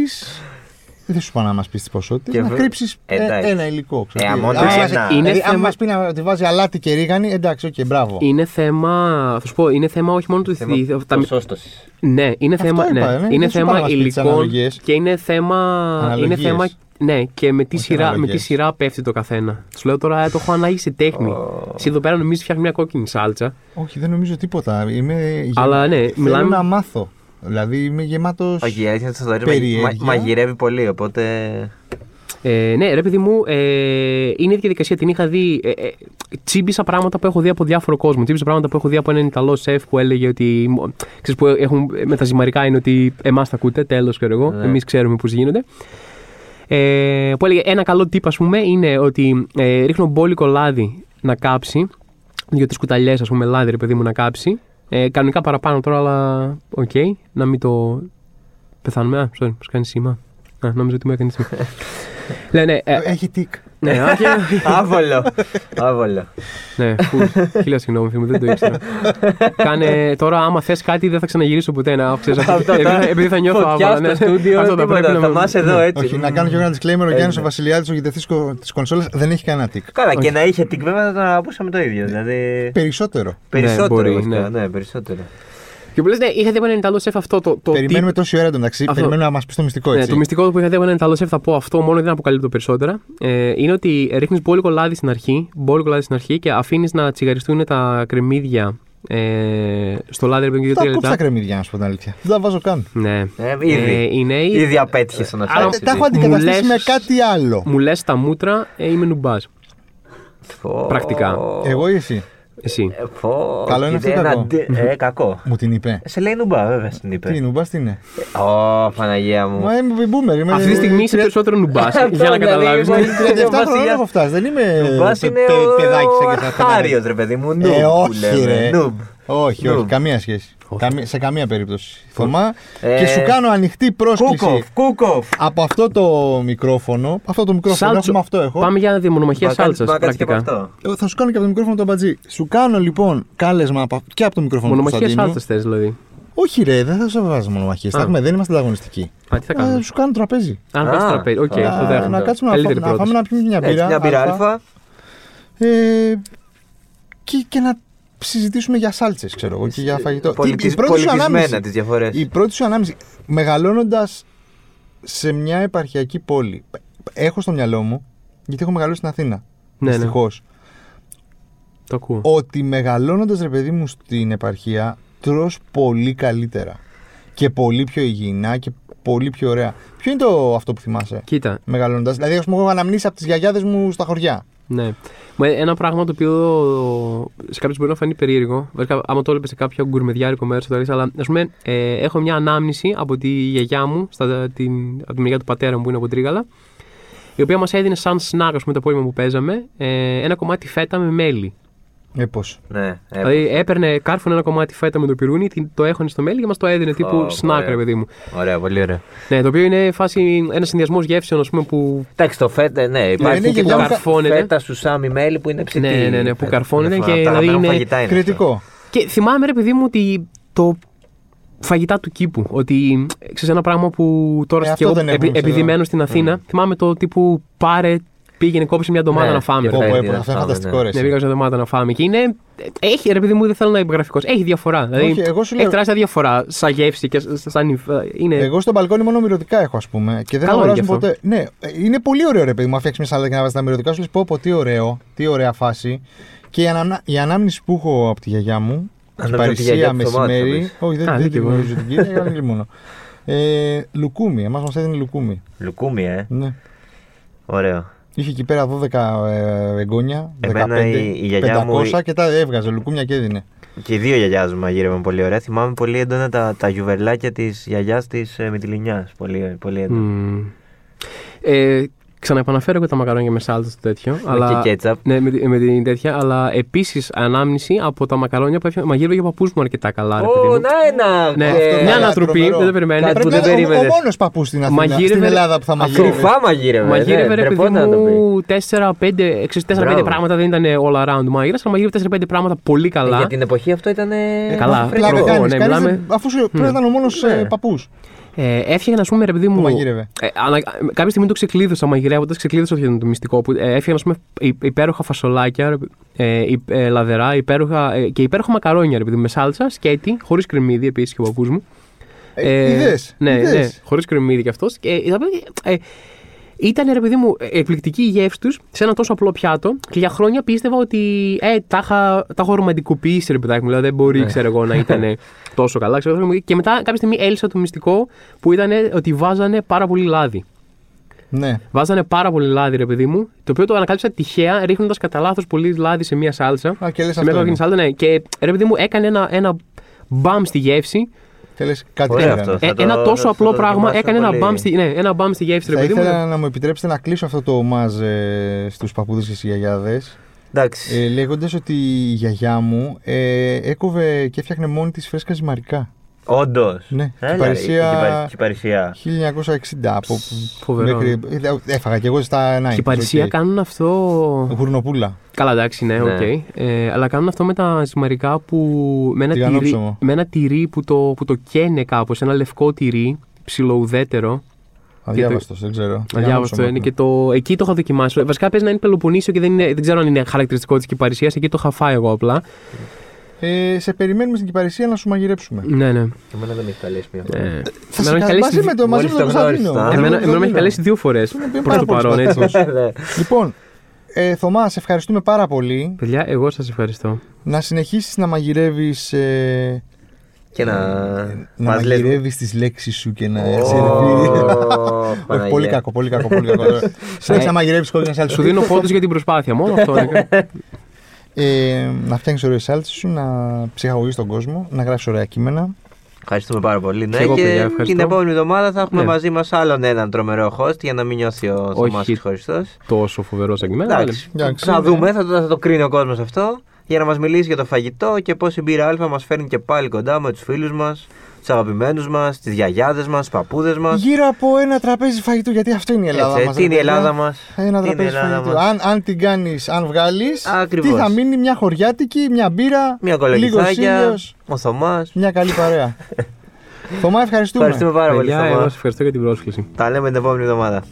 A: Δεν σου είπα να μας πεις τις ποσότητες.
B: Και
A: Να
B: βε-
A: κρύψει
B: εντάξει.
A: ένα υλικό. ξέρω.
B: Ε, άμα
A: Δηλαδή,
B: όντως
A: άμα
B: ένα.
A: βάζει-
C: Είναι
A: δηλαδή, Αν
C: θέμα-
A: μας πει να τη βάζει αλάτι και ρίγανη, εντάξει, οκ, μπράβο.
C: Είναι θέμα, θα σου πω, είναι θέμα όχι μόνο του
B: Θέμα
C: τα-
B: ποσόστοσης.
C: Ναι, είναι
A: Αυτό
C: θέμα,
A: είπα,
C: ναι.
A: ναι,
C: είναι
A: δεν σου είπα να
C: θέμα
A: μας πεις τις
C: υλικών
A: αναλογίες.
C: και είναι θέμα.
A: Αναλογίες.
C: Είναι θέμα ναι, και με τι,
A: Όχι
C: σειρά, με
A: αναλογίες.
C: τι σειρά πέφτει το καθένα. Σου λέω τώρα, ε, το έχω ανάγκη σε τέχνη. Εσύ εδώ πέρα νομίζω φτιάχνει μια κόκκινη σάλτσα.
A: Όχι, δεν νομίζω τίποτα. Είμαι γε-
C: Αλλά ναι,
A: Θέλω
C: μιλάμε-
A: να μάθω. Δηλαδή είμαι γεμάτος.
B: Όχι, η αλήθεια είναι ότι το Θοδωρή μα-
A: Περιέργεια.
B: μα- μαγειρεύει πολύ, οπότε.
C: Ε, ναι, ρε παιδί μου, ε, είναι η διαδικασία. Την είχα δει. Ε, ε, τσίμπησα πράγματα που έχω δει από διάφορο κόσμο. Τσίμπησα πράγματα που έχω δει από έναν Ιταλό σεφ που έλεγε ότι. μ, Ξέρεις, που έχουν, ε, με τα ζυμαρικά είναι ότι εμάς τα ακούτε, τέλος ξέρω εγώ.
B: Ναι.
C: Εμείς ξέρουμε πώς γίνονται. Ε, που έλεγε ένα καλό τύπο, ας πούμε, είναι ότι ε, ρίχνω μπόλικο λάδι να κάψει. Δύο-τρει κουταλιές, ας πούμε, λάδι, ρε παιδί μου, να κάψει. Ε, κανονικά παραπάνω τώρα, αλλά οκ, να μην το. Πεθάνουμε. Α, sorry, μας κάνει σήμα. Α, νόμιζα ότι μου έκανε σήμα. Λένε, ε,
A: Έχει τικ.
C: ναι, όχι.
B: Άβολο. Άβολο.
C: ναι, φουλ. Χίλια συγγνώμη, φίλε μου, δεν το ήξερα. Κάνε τώρα, άμα θες κάτι, δεν θα ξαναγυρίσω ποτέ να ξέρεις,
B: Αυτό,
C: επειδή-
B: τα-
C: Επειδή θα νιώθω
B: φωτιά
C: άβολα.
B: στο
C: ναι.
B: στούντιο,
C: Αυτό
B: τίποτα, θα μας εδώ, ε.
C: ναι.
B: έτσι.
A: Όχι, να κάνω και εγώ ένα disclaimer. Ο Γιάννης ο
B: ναι.
A: Βασιλιάδης, ο γητευτή της κονσόλας, δεν έχει κανένα τικ.
B: Καλά,
C: Όχι.
B: και να είχε την βέβαια θα τον αγαπούσαμε το ίδιο. Δηλαδή.
A: Ναι, Περισσότερο.
B: Περισσότερο.
C: μπορεί,
B: βασικά,
C: ναι.
B: ναι, περισσότερο.
C: Και που λες, ναι, είχα δει από έναν Ιταλό σεφ αυτό το. το
A: Περιμένουμε τόση ώρα εντωμεταξύ.
C: Αυτό.
A: Περιμένουμε να μας πεις το μυστικό
C: Ναι,
A: έτσι.
C: το μυστικό που είχα δει από έναν Ιταλό σεφ θα πω αυτό, μόνο δεν αποκαλύπτω περισσότερα. Ε, είναι ότι ρίχνεις μπόλικο λάδι στην αρχή, μπόλικο λάδι στην αρχή και αφήνεις να τσιγαριστούν τα κρεμμύδια ε, στο λάδι για
A: Τα
C: 2-3
A: κόψα τα
C: λεπτά.
A: κρεμμυδιά, να σου πω την αλήθεια. Δεν τα βάζω καν.
C: Ναι.
B: Ε, ήδη.
C: είναι ήδη.
B: Ήδη απέτυχες να
C: Άρα-
B: φτάσει.
A: Τα έχω
C: Μου
A: αντικαταστήσει με
C: λες-
A: κάτι άλλο.
C: Μου λες τα μούτρα, ε, είμαι νουμπάς. πρακτικά.
A: Εγώ ή εσύ.
C: Εσύ.
A: Καλό είναι αυτό, κακό.
B: Ε, κακό.
A: Μου την είπε.
B: Σε λέει νουμπά, βέβαια στην είπε.
A: Τι νουμπάς τι είναι.
B: Ω, Παναγία μου.
A: Μα είμαι boomer. Είμαι...
C: Αυτή τη στιγμή
A: ε,
C: είσαι περισσότερο νουμπάς. για
A: ναι,
C: να
B: Αυτό,
C: καταλάβει.
B: δηλαδή, πολύ-
A: 37 χρόνια
B: Βασιλιάς.
A: δεν έχω φτάσει. Δεν είμαι.
B: Νουμπάς
A: πε-
B: είναι
A: ε, πε-
B: ο-
A: παιδάκι σαν και
B: ο
A: σαν
B: Χάριος, ρε παιδί μου. Νουμπ
A: Ε,
B: που
A: όχι,
B: λέμε.
A: ρε.
B: Νουμπ.
A: Όχι, όχι,
B: Νουμπ.
A: καμία σχέση.
C: Όχι.
A: Καμία- Σε καμία περίπτωση. Θωμά,
B: Ε,
A: και σου κάνω ανοιχτή πρόσκληση
B: Κούκοφ, κούκοφ.
A: από αυτό το μικρόφωνο. Αυτό το μικρόφωνο έχουμε ναι, αυτό έχω.
C: Πάμε για μονομαχία
B: Μπακάτς-
C: σάλτσα
B: μπακάτς και από
C: πρακτικά.
B: αυτό.
A: Ε, Θα σου κάνω και από το μικρόφωνο τον μπατζή. Σου κάνω λοιπόν κάλεσμα από- και από το μικρόφωνο του
C: Μονομαχία
A: Κωνσταντίνου.
C: σάλτσας θες δηλαδή.
A: Όχι, ρε, δεν θα σε βάζω μονομαχίες.
C: Α.
A: Δεν είμαστε ανταγωνιστικοί.
C: Α, τι
A: Θα
C: θα κάνουμε.
A: σου κάνω τραπέζι.
C: Αν
B: Α,
C: πα τραπέζι. Οκ,
B: α,
C: το
A: να,
C: δέχομαι.
A: να κάτσουμε να,
C: Καλύτερη
A: φάμε, να
C: πρόταση.
A: πάμε να πιούμε μια
B: Έτσι,
A: μπύρα.
B: μια μπύρα αλφα.
A: Ε, και και, και να συζητήσουμε για σάλτσες, ξέρω εγώ, και για φαγητό. Τι-
B: Πολιτισ-
A: η πρώτη σου
B: Πολιτισμένα
A: ανάμνηση.
B: τις διαφορές.
A: Η πρώτη σου ανάμνηση. Μεγαλώνοντας σε μια επαρχιακή πόλη. Έχω στο μυαλό μου, γιατί έχω μεγαλώσει στην Αθήνα.
C: Ναι, ναι.
A: Δυστυχώς.
C: Το ακούω.
A: Ότι μεγαλώνοντας, ρε παιδί μου, στην επαρχία, τρως πολύ καλύτερα. Και πολύ πιο υγιεινά και πολύ πιο ωραία. Ποιο είναι το αυτό που θυμάσαι,
C: Κοίτα,
A: μεγαλώνοντας. Δηλαδή, ας πούμε, έχω αναμνήσει από τις γιαγιάδες μου στα χωριά.
C: Ναι. Μα ένα πράγμα το οποίο σε κάποιους μπορεί να φανεί περίεργο. Βασικά, άμα το έλεγε σε κάποιο γκουρμεδιάρικο μέρος, θα το λες, Αλλά ας πούμε, ε, έχω μια ανάμνηση από τη γιαγιά μου, στα, την, από τη μεριά του πατέρα μου που είναι από Τρίγαλα, η οποία μας έδινε σαν σνάρ, ας πούμε, το απόγευμα που παίζαμε, ε, ένα κομμάτι φέτα με μέλι.
A: Ε, πώς.
B: Ναι, ε,
C: Δηλαδή, έπαιρνε κάρφωνε ένα κομμάτι φέτα με το πυρούνι, την- το έχωνε στο μέλι και μας το έδινε τύπου
B: Ω,
C: σνάρ,
B: ωραία.
C: ρε παιδί μου.
B: Ωραία, πολύ ωραία.
C: Ναι, το οποίο είναι φάση ένα συνδυασμός γεύσεων, ας πούμε, που
B: Εντάξει, το φέτα, ναι, υπάρχει
A: είναι
B: και
A: γενιά
B: το
A: μου κα-
B: καρφώνεται.
C: καρφώνεται.
B: Φέτα σουσάμι μέλι που είναι ψητή.
C: Ναι, ναι, ναι, που
B: Ε,
C: καρφώνεται
B: είναι
C: και
B: φα- τα
C: δηλαδή
B: αγαπημένα
C: είναι
B: φαγητά αυτά.
A: Κριτικό.
C: Και θυμάμαι, ρε παιδί μου, ότι το φαγητά του κήπου. Ότι ε, ξέρεις ένα πράγμα που τώρα
A: Ε,
C: και
A: αυτό
C: εγώ
A: δεν έχουμε
C: επει,
A: εμείς εδώ. Mm.
C: επειδή μένω στην Αθήνα, θυμάμαι το τύπου πάρε, πήγαινε κόψε μια ντομάτα
B: Ναι,
C: να φάμε.
B: και
C: ρε.
A: Πω, πω,
B: Φέντη,
A: έπω,
B: να
A: αυτό είναι
B: φάμε,
A: φανταστικό
B: ναι.
A: ρε.
C: Ναι,
A: εσύ.
C: πήγα σε ντομάτα να φάμε. Και είναι. Έχει, ρε παιδί μου, δεν θέλω να είμαι γραφικός. Έχει διαφορά. Δηλαδή,
A: Όχι, εγώ σου λέω-
C: Έχει τεράστια διαφορά σαν γεύση και σ- σαν. υφ- ε, Είναι...
A: Εγώ στο μπαλκόνι μόνο μυρωδικά έχω, ας πούμε. Και δεν
C: Καλό είναι
A: αγοράζω
C: κι αυτό.
A: ποτέ. Ναι, ε, είναι πολύ ωραίο ρε παιδί μου. Αφιέξει μια σαλάτα και να βάζεις τα μυρωδικά σου. Λε πω, πω, τι ωραίο, τι ωραία φάση. Και η, αναμνα... η ανάμνηση που έχω από τη γιαγιά μου.
B: Αν
A: Στην
B: δεν από τη γιαγιά
A: Παρισία
B: του Θωμά, θα
A: μεσημέρι.
B: πεις.
A: Όχι,
C: Α,
A: δεν δεν
C: δίκιο,
A: την
C: εγώ.
A: γνωρίζω την κυρία, αλλά είναι μόνο. Ε, λουκούμι, εμάς μας έδινε λουκούμι.
B: Λουκούμι, ε.
A: Ναι.
B: Ωραίο.
A: Είχε εκεί πέρα 12 ε, εγγόνια, 15,
B: Εμένα η- η γιαγιά μου-
A: 500 και τα έβγαζε λουκούμια και έδινε.
B: Και οι δύο γιαγιάδε μου μαγείρευαν πολύ ωραία. Θυμάμαι πολύ έντονα τα, τα γιουβελάκια της γιαγιάς της ε, Μυτιλινιάς. Πολύ, πολύ έντονα.
C: Μμμ. Ε, ξαναεπαναφέρω εγώ τα μακαρόνια με σάλτσα στο τέτοιο. αλλά...
B: και κέτσαπ.
C: Ναι, με, τη- με την τέτοια. Αλλά επίσης ανάμνηση από τα μακαρόνια που έφυγε- μαγείρευε ο παππούς μου αρκετά καλά. Ρε, παιδί μου.
B: Ω, να ένα!
C: Ναι,
B: ε,
A: Αυτό
C: μια
A: ήταν
C: ανατροπή,
A: τρομερό.
C: δεν το περιμένετε.
B: Κάτι που
A: Πρέπει
B: δεν
A: να είναι ο- ο
B: περίμενες.
A: μόνος παππούς στην Αθήνα,
C: Μαγείρευε,
A: στην
C: ρε.
A: Ελλάδα που θα
C: Αυτό.
A: μαγείρευε.
B: Κρυφά μαγείρευε.
C: Μαγείρευε
B: ναι,
C: ρε παιδί
B: ντρεπόταν να το πει.
C: μου 4-5
B: Μπράβο.
C: πράγματα, δεν ήταν all around μάγειρας, αλλά μαγείρευε 4-5 πράγματα πολύ
B: Ε, Για
C: καλά.
B: την εποχή αυτό ήταν. ε, φρέσκο.
C: καλά, πλάκα
A: Πλάκα
C: Τροχό,
A: κάνεις,
C: ναι,
A: κανείς
C: μιλάμε.
A: δεν- Αφού σου- πρέπει να ήταν ο μόνος
B: Ναι.
A: παππούς.
C: Ε, έφτιαχνα, ας πούμε, ρε παιδί μου.
A: μαγείρευε.
C: Ε, ανα- κάποια στιγμή το ξεκλείδωσα μαγειρεύοντας, ξεκλείδωσα αυτό ήταν το μυστικό. Που, ε, έφτιαχνα, ας πούμε, υ- υπέροχα φασολάκια, ρε, ε, υ- ε, λαδερά, υπέροχα, ε, και υπέροχα μακαρόνια, ρε παιδί μου, με σάλτσα, σκέτη, χωρίς κρεμμύδι επίσης και ο παππού μου.
A: Ε, είδες,
C: ναι,
A: είδες.
C: ναι, χωρί κρεμμύδι κι αυτός. Και, ε, θα πω, ε, ήταν ρε παιδί μου ε, εκπληκτική η γεύση τους σε ένα τόσο απλό πιάτο και για χρόνια πίστευα ότι ε, τα, είχα, τα έχω ρομαντικοποιήσει ρε παιδάκι μου. Δηλαδή δεν μπορεί
A: Ναι.
C: ξέρω εγώ, να ήταν τόσο καλά. Ξέρω, εγώ. και μετά κάποια στιγμή έλυσα το μυστικό που ήταν ότι βάζανε πάρα πολύ λάδι.
A: Ναι.
C: Βάζανε πάρα πολύ λάδι, ρε παιδί μου, το οποίο το ανακάλυψα τυχαία ρίχνοντας κατά λάθος πολύ λάδι σε μία σάλτσα.
A: Α, και λες
C: σε μία
A: αυτό
C: κόκκινη
A: είναι.
C: σάλτσα, ναι. Και ρε παιδί μου έκανε ένα, ένα μπαμ στη γεύση
A: Και λες, κάτι
B: Ωραίο
A: έκανε.
B: αυτό.
C: ε,
B: Θα το-
C: ένα τόσο
B: θα
C: απλό
B: το
C: πράγμα
B: δοκιμάσω
C: έκανε ένα
B: πολύ.
C: μπαμ, στη, ναι, ένα μπαμ στη γεύση, ρε
A: Θα
C: παιδί μου.
A: ήθελα να μου επιτρέψετε να κλείσω αυτό το ομάζ ε, στους παππούδες και στις γιαγιάδες
B: Εντάξει.
A: ε, λέγοντας ότι η γιαγιά μου ε, έκοβε και έφτιαχνε μόνη της φρέσκας ζυμαρικά
B: Όντως.
A: Ναι, στην Παρισία-
B: Στην Παρισία.
A: 1960 από
C: Φοβερό.
A: ε, ε, Έφαγα και εγώ στα 9
C: Και η Παρισία κάνουν αυτό.
A: Γουρνοπούλα
C: Καλά, εντάξει, ναι, οκ.
B: Ναι.
C: Ε, αλλά κάνουν αυτό με τα ζυμαρικά που. Με ένα, τυρί,
A: Τηγανόψωμο.
C: με ένα τυρί που το, που το καίνε κάπως. Ένα λευκό τυρί, ψιλοουδέτερο.
A: Αδιάβαστος, δεν ξέρω
C: Αδιάβαστο ε,
A: ναι.
C: είναι και το. Εκεί το είχα δοκιμάσει. Ε, Βασικά παίζει να είναι Πελοποννήσιο και δεν, είναι, δεν ξέρω αν είναι χαρακτηριστικό της Κυπαρισία. Εκεί το είχα φάει εγώ απλά.
A: ε, Σε περιμένουμε στην Κυπαρισία να σου μαγειρέψουμε
C: Ναι, ναι.
B: Εμένα δεν με έχει καλέσει μια φορά.
C: Ε,
A: Θα σε
C: εμένα με έχει
A: κα-
C: καλέσει
A: Μαζί με το μαζί
B: Μόλις
A: με το
B: το γνώρισα.
A: Κωνσταντίνο μαζί
B: Εμένα-
A: με
C: Εμένα,
A: τον
C: εμένα με έχει
A: Κωνσταντίνο.
C: καλέσει δύο φορές
A: Είναι
C: προ
A: πάρα
C: το
A: πολύ
C: παρόν, έτσι.
A: συμπαθητικός.
B: Ναι.
A: Λοιπόν, ε, Θωμάς, σε ευχαριστούμε πάρα πολύ.
C: Παιδιά, εγώ σας ευχαριστώ.
A: Να συνεχίσεις να μαγειρεύεις ε,
B: Και να.
A: να
B: μας λες-
A: μαγειρεύεις τις λέξεις σου και να
B: Ω,
A: σε ρεφεί. Όχι,
B: Παναγία. Ε,
A: πολύ κακό, πολύ κακό, πολύ κακό. Συνέχισε να μαγειρεύεις κόκκινα σάλτσα.
C: Σου δίνω πόντους για την προσπάθεια. Μόνο αυτό είναι.
A: Ε, να φτιάχνεις ωραίες σάλτσες σου, να ψυχαγωγείς τον κόσμο, να γράφεις ωραία κείμενα.
B: Ευχαριστούμε πάρα πολύ. Ναι,
C: εγώ,
B: και
C: παιδιά, ευχαριστώ.
B: την επόμενη εβδομάδα θα έχουμε
C: Ναι.
B: μαζί μας άλλον έναν τρομερό host για να μην νιώθει ο Θωμά
C: Όχι.
B: ξεχωριστό.
C: Τόσο φοβερό σαν κείμενο.
B: Εντάξει.
A: Εντάξει,
B: Θα
A: ναι.
B: δούμε, θα, το- θα το κρίνει ο κόσμος αυτό. Για να μας μιλήσει για το φαγητό και πώς η μπύρα Α μας φέρνει και πάλι κοντά με τους φίλους μας, τους αγαπημένους μας, τις γιαγιάδες μας, του παππούδες μας.
A: Γύρω από ένα τραπέζι φαγητού, γιατί αυτό είναι η Ελλάδα
B: Έτσι,
A: μας.
B: τι είναι η
A: ρε παιδιά.
B: Ελλάδα μας.
A: Ένα
B: Τι είναι η
A: τραπέζι
B: Ελλάδα
A: φαγητού.
B: μας.
A: Αν, αν την κάνεις, αν βγάλεις,
B: Ακριβώς.
A: τι θα μείνει, μια χωριάτικη, μια μπύρα,
B: Μια
A: λίγο
B: κολοκυθάκια,
A: ήλιος,
B: ο Θωμάς.
A: μια καλή παρέα. Θωμά, ευχαριστούμε.
B: Ευχαριστούμε πάρα πολύ,
C: Παιδιά, εγώ
B: Θωμά.
C: σας ευχαριστώ για την πρόσκληση.
B: Τα λέμε την επόμενη εβδομάδα.